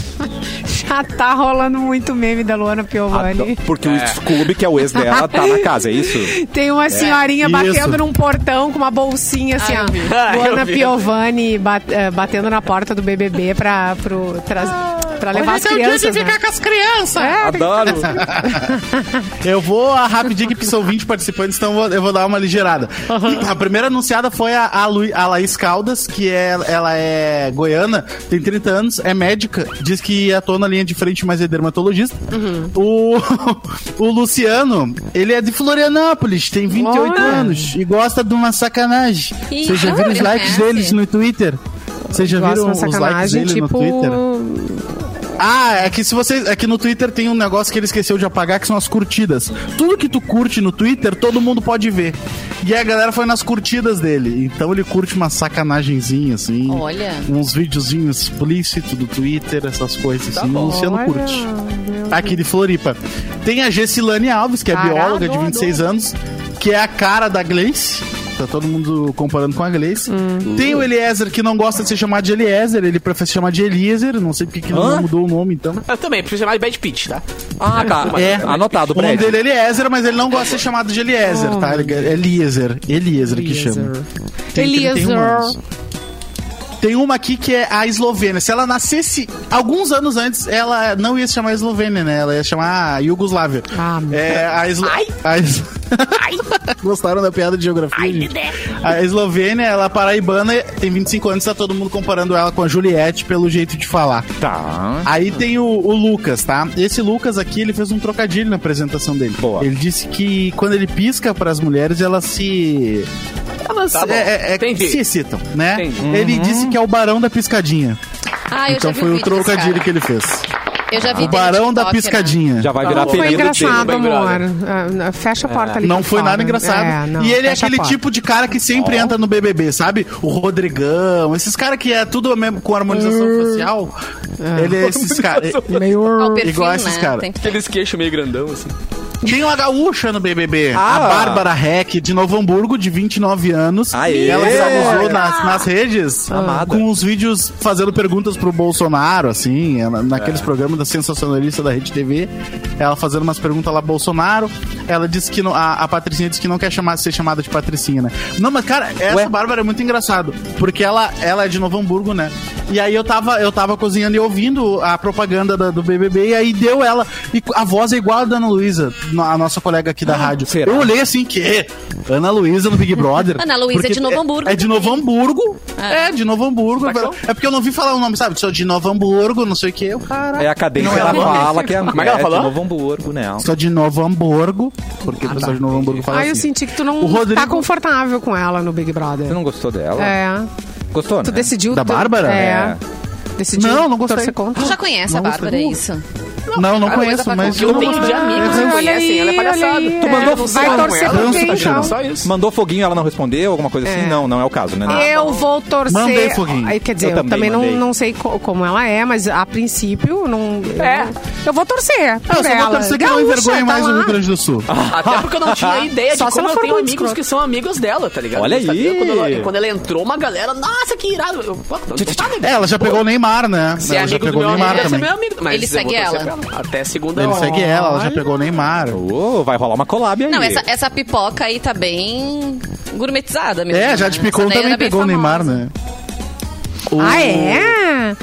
Já tá rolando muito meme da Luana Piovani. Porque o Scooby, que é o ex dela, tá na casa, é isso? Tem uma senhorinha isso. batendo num portão com uma bolsinha assim, Ah, eu vi. ó. Ah, eu Luana vi. Piovani bat- eh, batendo na porta do BBB pra, pro, tras- Pra levar as crianças, né? com as crianças. É, tem que- Adoro. Eu vou a rapidinho que são 20 participantes, então eu vou- eu vou dar uma ligeirada. A primeira anunciada foi a, a, Lu- a Laís Caldas, que é, ela é goiana, tem 30 anos, é médica, diz que atua na linha de frente, mas é dermatologista. Uhum. O, o Luciano, ele é de Florianópolis, tem 28 Olha. anos e gosta de uma sacanagem. Ih, Vocês já ah, viram os ele likes conhece. deles no Twitter? Vocês já Gosto de viram uma os likes sacanagem, dele no tipo. Twitter? Ah, é que se você. É que no Twitter tem um negócio que ele esqueceu de apagar, que são as curtidas. Tudo que tu curte no Twitter, todo mundo pode ver. E a galera foi nas curtidas dele. Então ele curte uma sacanagemzinha, assim. Olha. Uns videozinhos explícitos do Twitter, essas coisas, assim. O Luciano Tá Olha, curte. meu Aqui de Floripa. Tem a Gessilane Alves, que é Caralho, bióloga de 26 anos, que é a cara da Gleice. Tá todo mundo comparando com a Gleice. Hum. Tem o Eliezer, que não gosta de ser chamado de Eliezer, ele prefere se chamar de Eliezer, não sei porque que ele Hã? não mudou o nome, então. Eu também, preciso chamar de Bad Pitch, tá? Ah, tá. É. Anotado, O nome Brad. dele é Eliezer, mas ele não gosta de ser chamado de Eliezer, tá? Ele é Eliezer. Eliezer que chama. Tem 31 anos. Eliezer. Tem uma aqui que é a Eslovênia. Se ela nascesse alguns anos antes, ela não ia se chamar Eslovênia, né? Ela ia se chamar Iugoslávia. Ah, meu é, a Eslo... A es- Gostaram da piada de geografia? Hum. gente? né? A Eslovênia, ela é paraibana, tem 25 anos, tá todo mundo comparando ela com a Juliette pelo jeito de falar. Tá. Aí tem o, o Lucas, tá? Esse Lucas aqui, ele fez um trocadilho na apresentação dele. Boa. Ele disse que quando ele pisca pras mulheres, elas se. Elas Tá bom. é, é, é, Entendi. se excitam, né? Entendi. Uhum. Ele disse que é o barão da piscadinha. Ah, eu já então vi foi o o vídeo desse trocadilho cara. que ele fez. Eu já vi o barão né? da piscadinha. Já vai virar Não, Foi apelido engraçado, dele. Big amor. Brother. Ah, Fecha a porta ali. É. Não pra foi fora. nada engraçado. É, não, e ele é fecha a aquele porta. tipo de cara que sempre entra no BBB, sabe? O Rodrigão, esses caras que é tudo mesmo com harmonização Hum. facial. Ele é esses caras. Meio. Igual né? esses cara. Aqueles queixos meio grandão, assim. Tem uma gaúcha no BBB. Ah. A Bárbara Heck, de Novo Hamburgo, de 29 anos. Aê. Ela se abusou nas, nas redes Amada. com os vídeos fazendo perguntas pro Bolsonaro, assim, ela- naqueles É. programas da sensacionalista da Rede TV. Ela fazendo umas perguntas lá pro Bolsonaro. Ela disse que não- a, a Patricinha disse que não quer chamar, ser chamada de Patricinha, né? Não, mas cara, essa Ué? Bárbara é muito engraçado, porque ela, ela é de Novo Hamburgo, né? E aí eu tava, eu tava cozinhando e ouvindo a propaganda da- do BBB, e aí deu ela. E a voz é igual a da Ana Luísa, no- a nossa colega aqui da rádio. Ah, será? Eu olhei assim, que? Ana Luísa no Big Brother? Ana Luísa Porque é de Novo Hamburgo É de Novo Hamburgo. É, de Novo Hamburgo. Saca? É porque eu não vi falar o nome, sabe? Sou de Novo Hamburgo, não sei o que. Eu, É cara. a cadência Não, que ela ela não- fala que é a Como é que ela mulher de falou? Novo Hamburgo, né? Sou de Novo Hamburgo. Porque o pessoal de Novo Hamburgo fala Aí Ah, eu assim. senti que tu não O Rodrigo- tá confortável com ela no Big Você Brother. não gostou dela? É. Gostou, né? Tu decidiu. Da tu- Bárbara? É. Decidiu. Não, não gostei. Torcer contra. Tu já conhece a Não, Bárbara, é uh. foi- isso? Não, não Cara, conheço, ela tá mas. com- Eu tenho de amigos que olha conhecem, aí, ela é palhaçada. olha aí, Tu é. mandou Vai fogo com torcer ela. por Dança, quem, tá então? cheirando. Só isso. Mandou foguinho, ela não respondeu, alguma coisa assim? É. Não, não é o caso, né? eu vou torcer. Ah, tá Mandei foguinho. Aí, Quer dizer, Eu eu também também, mandei. não, não sei co- como ela é, mas a princípio não. É. Eu, eu vou torcer. Por Ah, eu só ela. vou torcer que não Gaúcha, envergonhe tá mais o lá. Rio Grande do Sul. Até porque eu não tinha ideia Só de se como ela eu for tenho muito amigos escrota. que são amigos dela, tá ligado? Olha Eu sabia aí. Quando ela, quando ela entrou, uma galera, nossa, que irado. Eu, pô, não, não tá É, legal. ela já pegou o Neymar, né? Se é ela já amigo do pegou o meu amigo, Neymar deve ser também. meu amigo. Mas Ele eu vou segue torcer ela. pra Até segunda Ele hora. segue ela, ela já pegou o Neymar. Ô, Oh, vai rolar uma collab aí. Não, é- essa, essa pipoca aí tá bem gourmetizada mesmo. É, já né? te picou, Essa daí também era bem pegou o Neymar, famosa. né? Ah, é?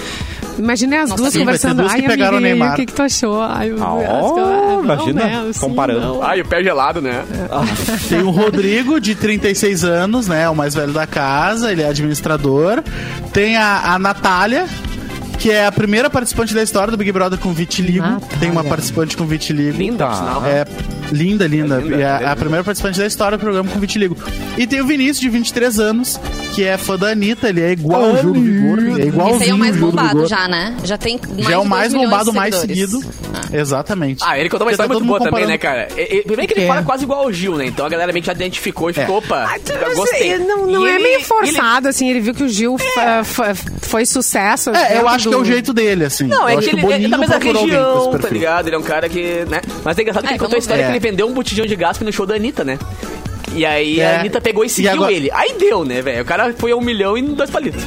Imaginei as Nossa, duas sim, vai ter conversando. duas que Ai, pegaram o amiga, e aí, Neymar. Oh, o que, que tu achou? Ai, eu- Ah, as que eu- não, imagina, né, assim, comparando. não. Ai, o pé gelado, né? Tem o Rodrigo, de 36 anos, né? O mais velho da casa, ele é administrador. Tem a, a Natália, que é a primeira participante da história do Big Brother com vitiligo. Natália. Tem uma participante com vitiligo. Linda, Tá. por né? sinal. É, linda, linda. É linda, E é linda. a primeira participante da história do programa com vitiligo. E tem o Vinícius, de 23 anos, que é fã da Anitta. Ele é igual ao Júlio Vigor. Ele é igual Esse aí é o mais bombado já. já, né? Já tem mais Já é o de mais dois milhões bombado, de mais seguidores. seguido. Exatamente. Ah, ele contou uma Porque tá história todo muito boa mundo também, né, comparando- cara? E- e- Primeiro que ele É. fala quase igual ao Gil, né? Então a galera meio que já identificou e ficou, opa, Ah, tu- eu gostei. Não, não E é ele- meio ele- É. forçado, assim. Ele viu que o Gil fa- fa- foi sucesso. É, eu dentro acho que é do- o jeito dele, assim. Não, eu é acho que ele o ele é da Boninho mesma procurou alguém com esse região, tá perfil. ligado? Ele é um cara que, né? Mas é engraçado que É, ele contou a vamos história ver. que ele vendeu um botijão de gás no show da Anitta, né? E aí É. a Anitta pegou e seguiu agora- ele. Aí deu, né, velho? O cara foi a um milhão em dois palitos.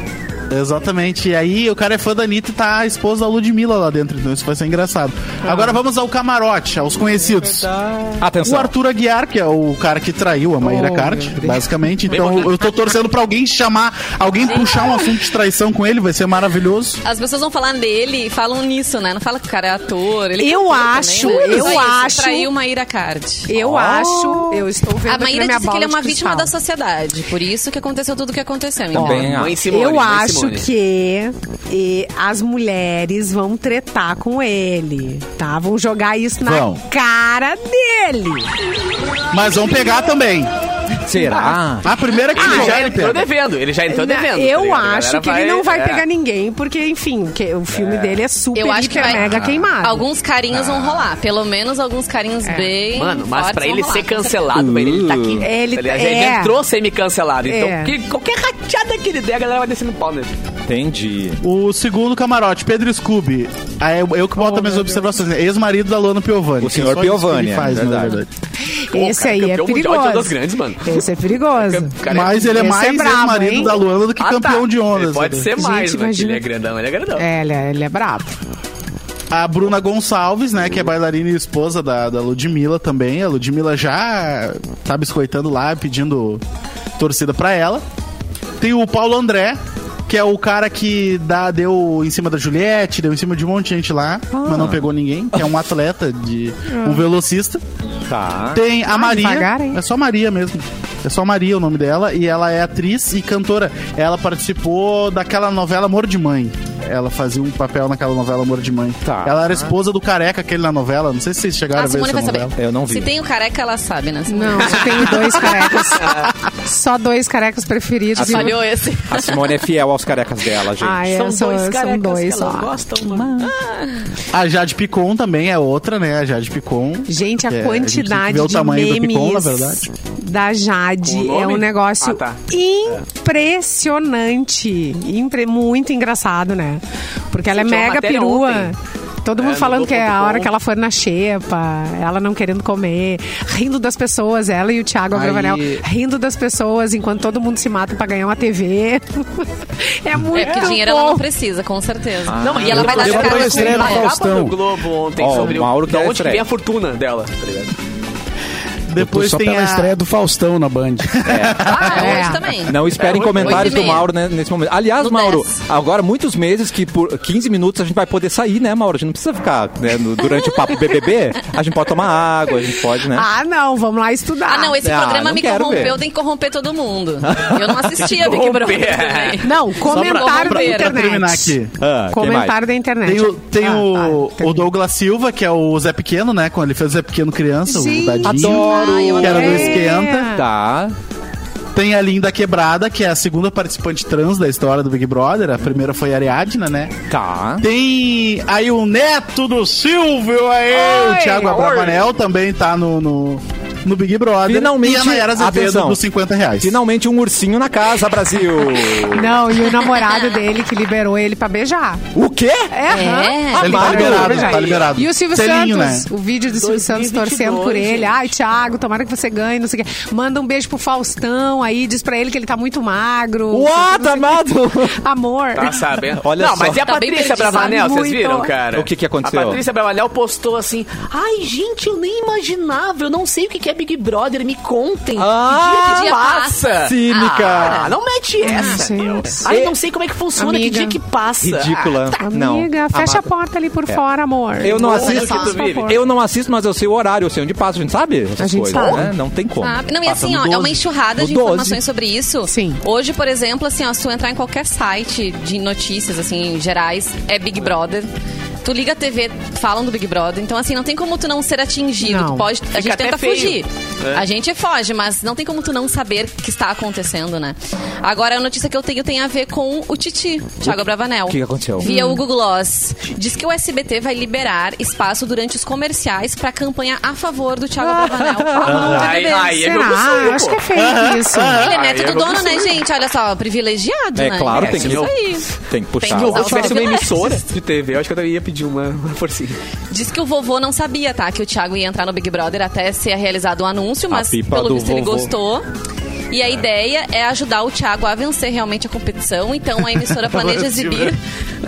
Exatamente. E aí o cara é fã da Anitta e tá a esposa da Ludmilla lá dentro, então isso vai ser engraçado. Ah. Agora vamos ao camarote, aos É conhecidos. O Atenção. Arthur Aguiar, que é o cara que traiu a Maíra Oh, Cart, basicamente. Então eu tô torcendo pra alguém chamar, alguém puxar um assunto de traição com ele, vai ser maravilhoso. As pessoas vão falar dele e falam nisso, né? Não fala que o cara é ator. Ele Eu cantou também, acho, né? eu Só isso, acho. Traiu Maíra Card. Eu Oh! acho, eu estou vendo A aqui na Maíra minha disse que bola ele é uma de vítima da cristal. sociedade. Por isso que aconteceu tudo o que Tá aconteceu. então. Também, ah, Mãe Simone, É. eu mãe acho Simone. que e, as mulheres vão tretar com ele, tá? Vão jogar isso na Vão. cara dele. Mas vão pegar também. Será? A primeira que Ah, Ele já é, já entrou devendo, ele já entrou devendo. tá Ah, é. eu ligado? A acho galera que ele não vai é. pegar ninguém, porque, enfim, que- o filme dele é super, Eu acho que hiper, vai- Ah. mega queimado. É. Alguns carinhos vão rolar. Pelo menos alguns carinhos bem. Mano, mas fortes pra vão ele rolar, ser com certeza. cancelado, pra ele, ele tá aqui. Ele- Aliás, é. já entrou semi-cancelado. Então, É. que- qualquer rateada que ele der, a galera vai descendo pau nele. Entendi. O segundo camarote, Pedro Scooby. Aí eu, eu que Oh, boto minhas observações. né? Ex-marido da Luana Piovani. O senhor Só isso que ele Piovani, faz, né, é na verdade. Esse Pô, cara, aí campeão é mundial de perigoso. ondas grandes, mano. Esse é perigoso. Cara, Mas é- ele é esse é mais bravo, hein? ex-marido da Luana do que Ah, tá. campeão de Ele ondas. Pode né? ser mais, Gente, mas imagina. ele é grandão, ele é grandão. É, ele é, ele é brabo. A Bruna Gonçalves, né, que é bailarina e esposa da, da Ludmilla também. A Ludmilla já tá biscoitando lá, pedindo torcida pra ela. Tem o Paulo André, que é o cara que dá, deu em cima da Juliette, deu em cima de um monte de gente lá, mas não pegou ninguém, que é um atleta, de um velocista. Tá. Tem a Maria. devagar, hein? é só Maria mesmo. É só Maria o nome dela. E ela é atriz e cantora. Ela participou daquela novela Amor de Mãe. Ela fazia um papel naquela novela Amor de Mãe. Tá. Ela era esposa do careca, aquele na novela. Não sei se vocês Ah, chegaram A a ver Simone essa vai saber. novela. Eu não vi. Se tem o careca, ela sabe, né? Simone? Não, só tenho dois carecas. só dois carecas preferidos. Ah, Falhou esse. A Simone é fiel aos carecas dela, gente. Ah, é, são, são dois, elas só. gostam, mano. A Jade Picon também é outra, né? A Jade Picon. Gente, É, a a gente tem que quantidade ver o de tamanho memes do Picon, na verdade. da Com o Jade nome? é um negócio Ah, tá. impressionante. Impre- muito engraçado, né? Porque ela é Gente, é uma mega matéria perua. ontem. Todo É, mundo no falando que é a Globo.com. hora que ela for na xepa, ela não querendo comer, rindo das pessoas, ela e o Thiago Abravanel, rindo das pessoas enquanto todo mundo se mata pra ganhar uma É TV. é muito É porque dinheiro bom. ela não precisa, com certeza. Ah, Não, e ela vai dar eu- de Ah, eu- cara eu- com eu- estreia ele. no a capa Faustão. do Globo ontem Ó, sobre o Mauro da quer onde que estreia. vem a fortuna dela, tá ligado? Depois só tem pela a... estreia do Faustão na Band. Ah, É. hoje também. Não esperem É, oito- comentários oito e do meia. Mauro né, nesse momento. Aliás, No Mauro, dez. agora muitos meses que por 15 minutos a gente vai poder sair, né, Mauro? A gente não precisa ficar né, no- durante o papo BBB. A gente pode tomar água, a gente pode, né? Ah, não, vamos lá Ah, estudar. não, esse Ah, programa não me quero corrompeu, ver. tem que corromper todo mundo. Eu não assistia Big Brother também. Não, comentário pra- pra da internet. terminar aqui. Ah, quem mais? Comentário da internet. Tem o, tem Ah, o, tá, o termina. Douglas Silva, que é o Zé Pequeno, né? Quando ele fez o Zé Pequeno criança, Gente, o Dadinho. adoro. Ai, eu Que era do adorei. Esquenta. Tá. Tem a Linda Quebrada, que é a segunda participante trans da história do Big Brother. A primeira foi a Ariadna, né? Tá. Tem aí o neto do Silvio aí, o Thiago Abravanel também tá no, no, no Big Brother. Finalmente, e a Nayara Azevedo atenção. dos 50 reais. Finalmente um ursinho na casa, Brasil. Não, e o namorado dele que liberou ele pra beijar. o quê? É. Ele tá Amado. liberado, Veja tá liberado. né? E o Silvio Selinho, Santos, né? o vídeo do Silvio Santos 2022, torcendo por ele. gente. Ai, Thiago, tomara que você ganhe, não sei o quê. Manda um beijo pro Faustão aí, diz pra ele que ele tá muito magro. What, amado? Amor. Tá sabendo? Olha não, só. mas e a Tá bem Patrícia perdido. Bravanel, vocês Muito. viram, cara? O que que aconteceu? A Patrícia Bravanel postou assim: Ai, gente, eu nem imaginava, eu não sei o que que é Big Brother, me contem. Ah, Que dia que dia passa. Cínica. Ah, não mete essa, Ah, meu. gente. Ai, não sei como é que funciona, que Amiga. dia que passa. Ah, tá, Ridícula. não. Amiga, fecha a Amado. porta ali por fora, amor. Eu não Olha assisto. só, por favor. Eu não assisto, mas eu sei o horário, eu sei onde passa, a gente sabe? Essas A gente coisas, sabe. né? Não tem como. Sabe? Não, e Passa assim, no ó, é 12, uma enxurrada no de 12. informações sobre isso. Sim. Hoje, por exemplo, assim, ó, se tu entrar em qualquer site de notícias, assim, gerais, é Big Brother. Tu liga a TV, falam do Big Brother. Então, assim, não tem como tu não ser atingido. Não. Tu pode, a gente até tenta feio. É. fugir. A gente foge, mas não tem como tu não saber o que está acontecendo, né? Agora, a notícia que eu tenho tem a ver com o Titi, Thiago Bravanel. o que que aconteceu? Hum. Via o Google Gloss. Diz que o SBT vai liberar espaço durante os comerciais para campanha a favor do Thiago Ah. Bravanel. Ai, ai, é meu Será? sonho, Eu acho que pô. é fake isso. Ele é Ah, neto é do dono, né, absurdo. gente? Olha só, privilegiado, É né? claro, É, tem que- isso aí. Tem que puxar. que Se lá. eu usar tivesse os uma privilégios. emissora de TV, eu acho que eu ia pedir uma, uma forcinha. Diz que o vovô não sabia, tá? Que o Thiago ia entrar no Big Brother até ser realizado o anúncio, mas pipa pelo do visto ele vovô. gostou. E a ideia é ajudar o Thiago a vencer realmente a competição. Então a emissora planeja exibir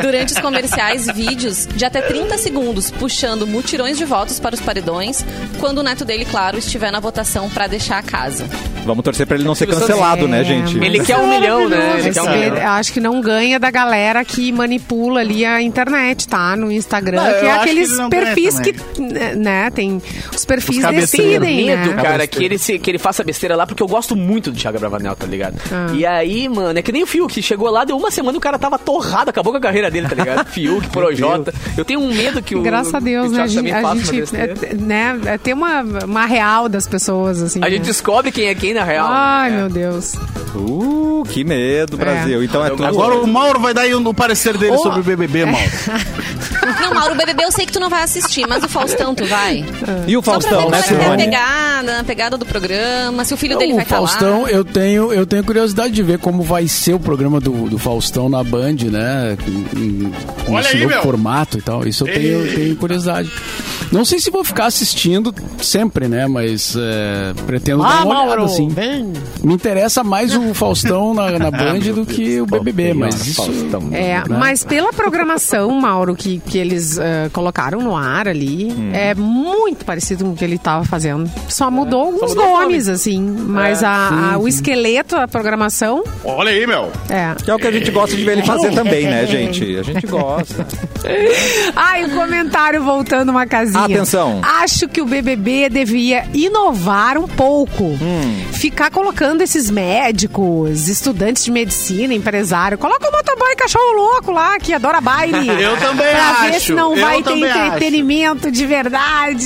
durante os comerciais vídeos de até 30 segundos, puxando mutirões de votos para os paredões, quando o neto dele, claro, estiver na votação para deixar a casa. Vamos torcer pra ele não ser Silvio cancelado, né, É, gente? mas Ele quer um isso é milhão, né? maravilhoso. Ele quer um Esse- milhão. Acho que não ganha da galera que manipula ali a internet, tá? No Instagram, Não, que eu é acho que aqueles ele não ganha perfis também. que, né, tem... Os perfis cabeceiros. decidem, medo, né? cara, que ele, se- que ele faça besteira lá, porque eu gosto muito do Thiago Bravanel, tá ligado? Ah. E aí, mano, é que nem o Fiuk, chegou lá, deu uma semana e o cara tava torrado, acabou com a carreira dele, tá ligado? Fiuk, Projota. Eu tenho um medo que o. Graças a Deus, que o né? A Thiago gente, também a faça uma gente besteira. é, né, é ter uma, uma real das pessoas, assim. A gente né? descobre quem é quem na real. Ai, né? meu Deus. Uh, que medo, Brasil. Então é tudo. né? Agora o Mauro vai dar aí o parecer dele Ô. é. sobre o BBB, Mauro. Não, Mauro, o BBB eu sei que tu não vai assistir, mas o Faustão tu vai? E o Faustão, Só pra né, ver qual é a Simone? pegada, a pegada do programa, se o filho dele o Então vai estar lá. Faustão, eu tenho, eu tenho curiosidade de ver como vai ser o programa do, do Faustão na Band, né? Com, em- com Olha esse aí, novo meu. formato e tal. Isso eu tenho, eu tenho curiosidade. Não sei se vou ficar assistindo sempre, né? Mas é, pretendo Ah, dar uma olhada, assim. Me interessa mais o Faustão na, Ah, na Band do que o BBB, mas isso... né? É, mas pela programação, Mauro, que, que eles eh, colocaram no ar ali, Hum. é muito parecido com o que ele estava fazendo. Só mudou alguns É. mudou o nome. É. nomes, assim. Mas a- a- o esqueleto da programação Olha aí, meu. é. Que é o que a gente gosta de ver ele fazer também, né, gente? A gente gosta. Ai, o comentário voltando uma casinha. Atenção. Acho que o BBB devia inovar um pouco. Hum. Ficar colocando esses médicos, estudantes de medicina, empresário. Coloca o motoboy cachorro louco lá, que adora baile. Eu também pra ver acho, se não eu vai ter também acho. entretenimento de verdade.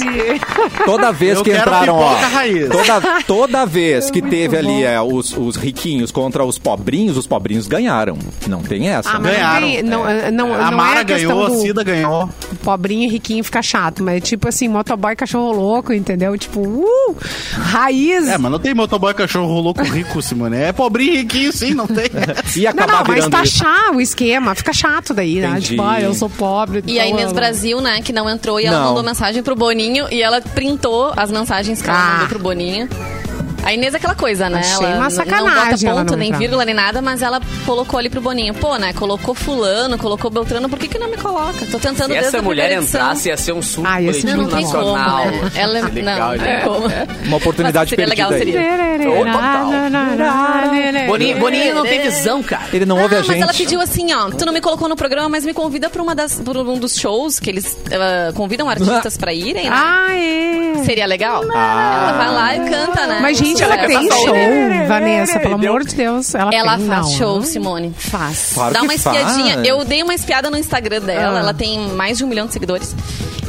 Toda vez Eu que quero entraram, ó. pipoca raiz. Toda, toda vez que teve ali é, os, os riquinhos contra os pobrinhos, os pobrinhos ganharam. Não tem essa. né? Ah, mas Ganharam. não, tem- não, não, a não Mara é a questão ganhou, a do Cida ganhou. pobrinho e riquinho fica chato, mas é tipo assim, motoboy cachorro louco, entendeu? Tipo, uh, raiz. É, mas não tem motoboy cachorro louco rico, Simone. É pobrinho e riquinho, sim, é- não tem. E Não, acabar não, mas tá virando isso. taxar o esquema, fica chato daí, né? Entendi. Tipo, ah, eu sou pobre. E a então Inês eu- Brasil, né, que não entrou e ela Não. mandou mensagem pro Boninho e ela printou as mensagens que ela Ah. mandou pro Boninho. A Inês é aquela coisa, né? Achei ela uma n- não bota sacanagem ela ponto, não nem entrar. vírgula, nem nada, mas ela colocou ali pro Boninho. Pô, né? Colocou fulano, colocou Beltrano, por que, que não me coloca? Tô tentando Se desde essa a mulher primeira edição. entrasse, ia ser um surto Ah, ia ser Não, não político tem como. nacional. né? Ela é, Legal, não, não tem né? como. Uma oportunidade Mas seria perdida legal, aí. seria. Boninho, Boninho não É. tem visão, cara. Ele não ouve Ah, a gente. Mas ela pediu assim, ó, tu não me colocou no programa, mas me convida pra uma das, por um dos shows que eles ah, convidam artistas pra irem, né? Ah, é. Seria legal? Ela vai lá e canta, né? Mas, gente, ela Sucesso. tem Ela show, faz- Vanessa, pelo Deu- amor de Deus. Ela, Ela tem, faz não. show, Simone. Faz. Claro Dá que uma espiadinha. faz. Eu dei uma espiada no Instagram dela. Ah. Ela tem mais de um milhão de seguidores.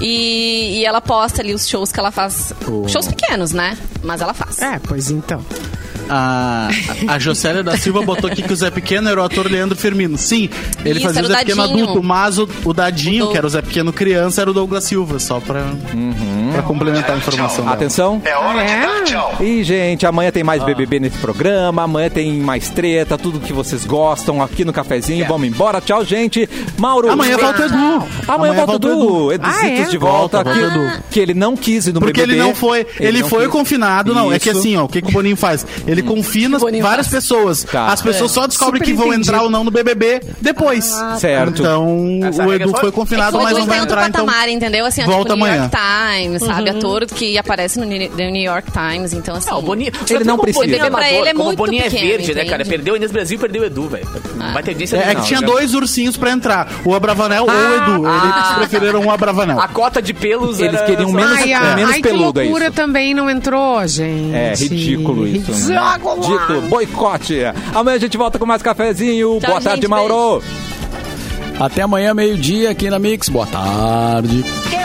E, e ela posta ali os shows que ela faz. Shows pequenos, né? Mas ela faz. É, pois então. A, a Jocélia da Silva botou aqui que o Zé Pequeno era o ator Leandro Firmino. Sim, ele Isso, fazia era o o Zé Pequeno Dadinho. adulto, mas o, o Dadinho, O Dou- que era o Zé Pequeno criança, era o Douglas Silva, só pra, pra complementar a informação dela. Uhum. Atenção. É hora de dar tchau. E, gente, amanhã tem mais BBB nesse programa, amanhã tem mais treta, tudo que vocês gostam aqui no cafezinho. Vamos embora. Tchau, gente. Mauro. Amanhã volta o Edu. Amanhã, volta o Edu. Eduzitos Ah, é? de volta. Volta, que, volta o Edu. que ele não quis ir no Porque BBB. ele não foi, ele, não foi quis. confinado, não. É que Isso. Hum. assim, ó, o que, que o Boninho faz? Ele confina várias pessoas. Tá. As pessoas É. só descobrem que vão entrar ou não no BBB depois. Certo. Então, Essa o regra Edu só- Ah, tá. foi É que confinado, o mas Edu não vai tem outro entrar então. patamar, entendeu? Assim, ó, volta tipo, New amanhã. York Times, Uhum. sabe? Ator que aparece no New no New York Times, então assim... Ah, o Boninho, Ele não precisa. Pra ele é como o muito Boninho pequeno, é verde, né, entende? cara? Perdeu o Inês Brasil e perdeu o Edu, velho. Não Vai ter audiência É, é nenhuma, que tinha já. dois ursinhos pra entrar. O Abravanel Ah, ou o Edu. Eles preferiram o Abravanel. A cota de pelos Eles era- queriam menos- ai, é, a- menos ai, peludo, é que loucura isso. também não entrou, gente. É ridículo isso. né? Ridículo. Ridículo. Boicote. Amanhã a gente volta com mais cafezinho. Tchau, Boa tarde, gente. Mauro. Até amanhã, meio-dia, aqui na Mix. Boa tarde. Que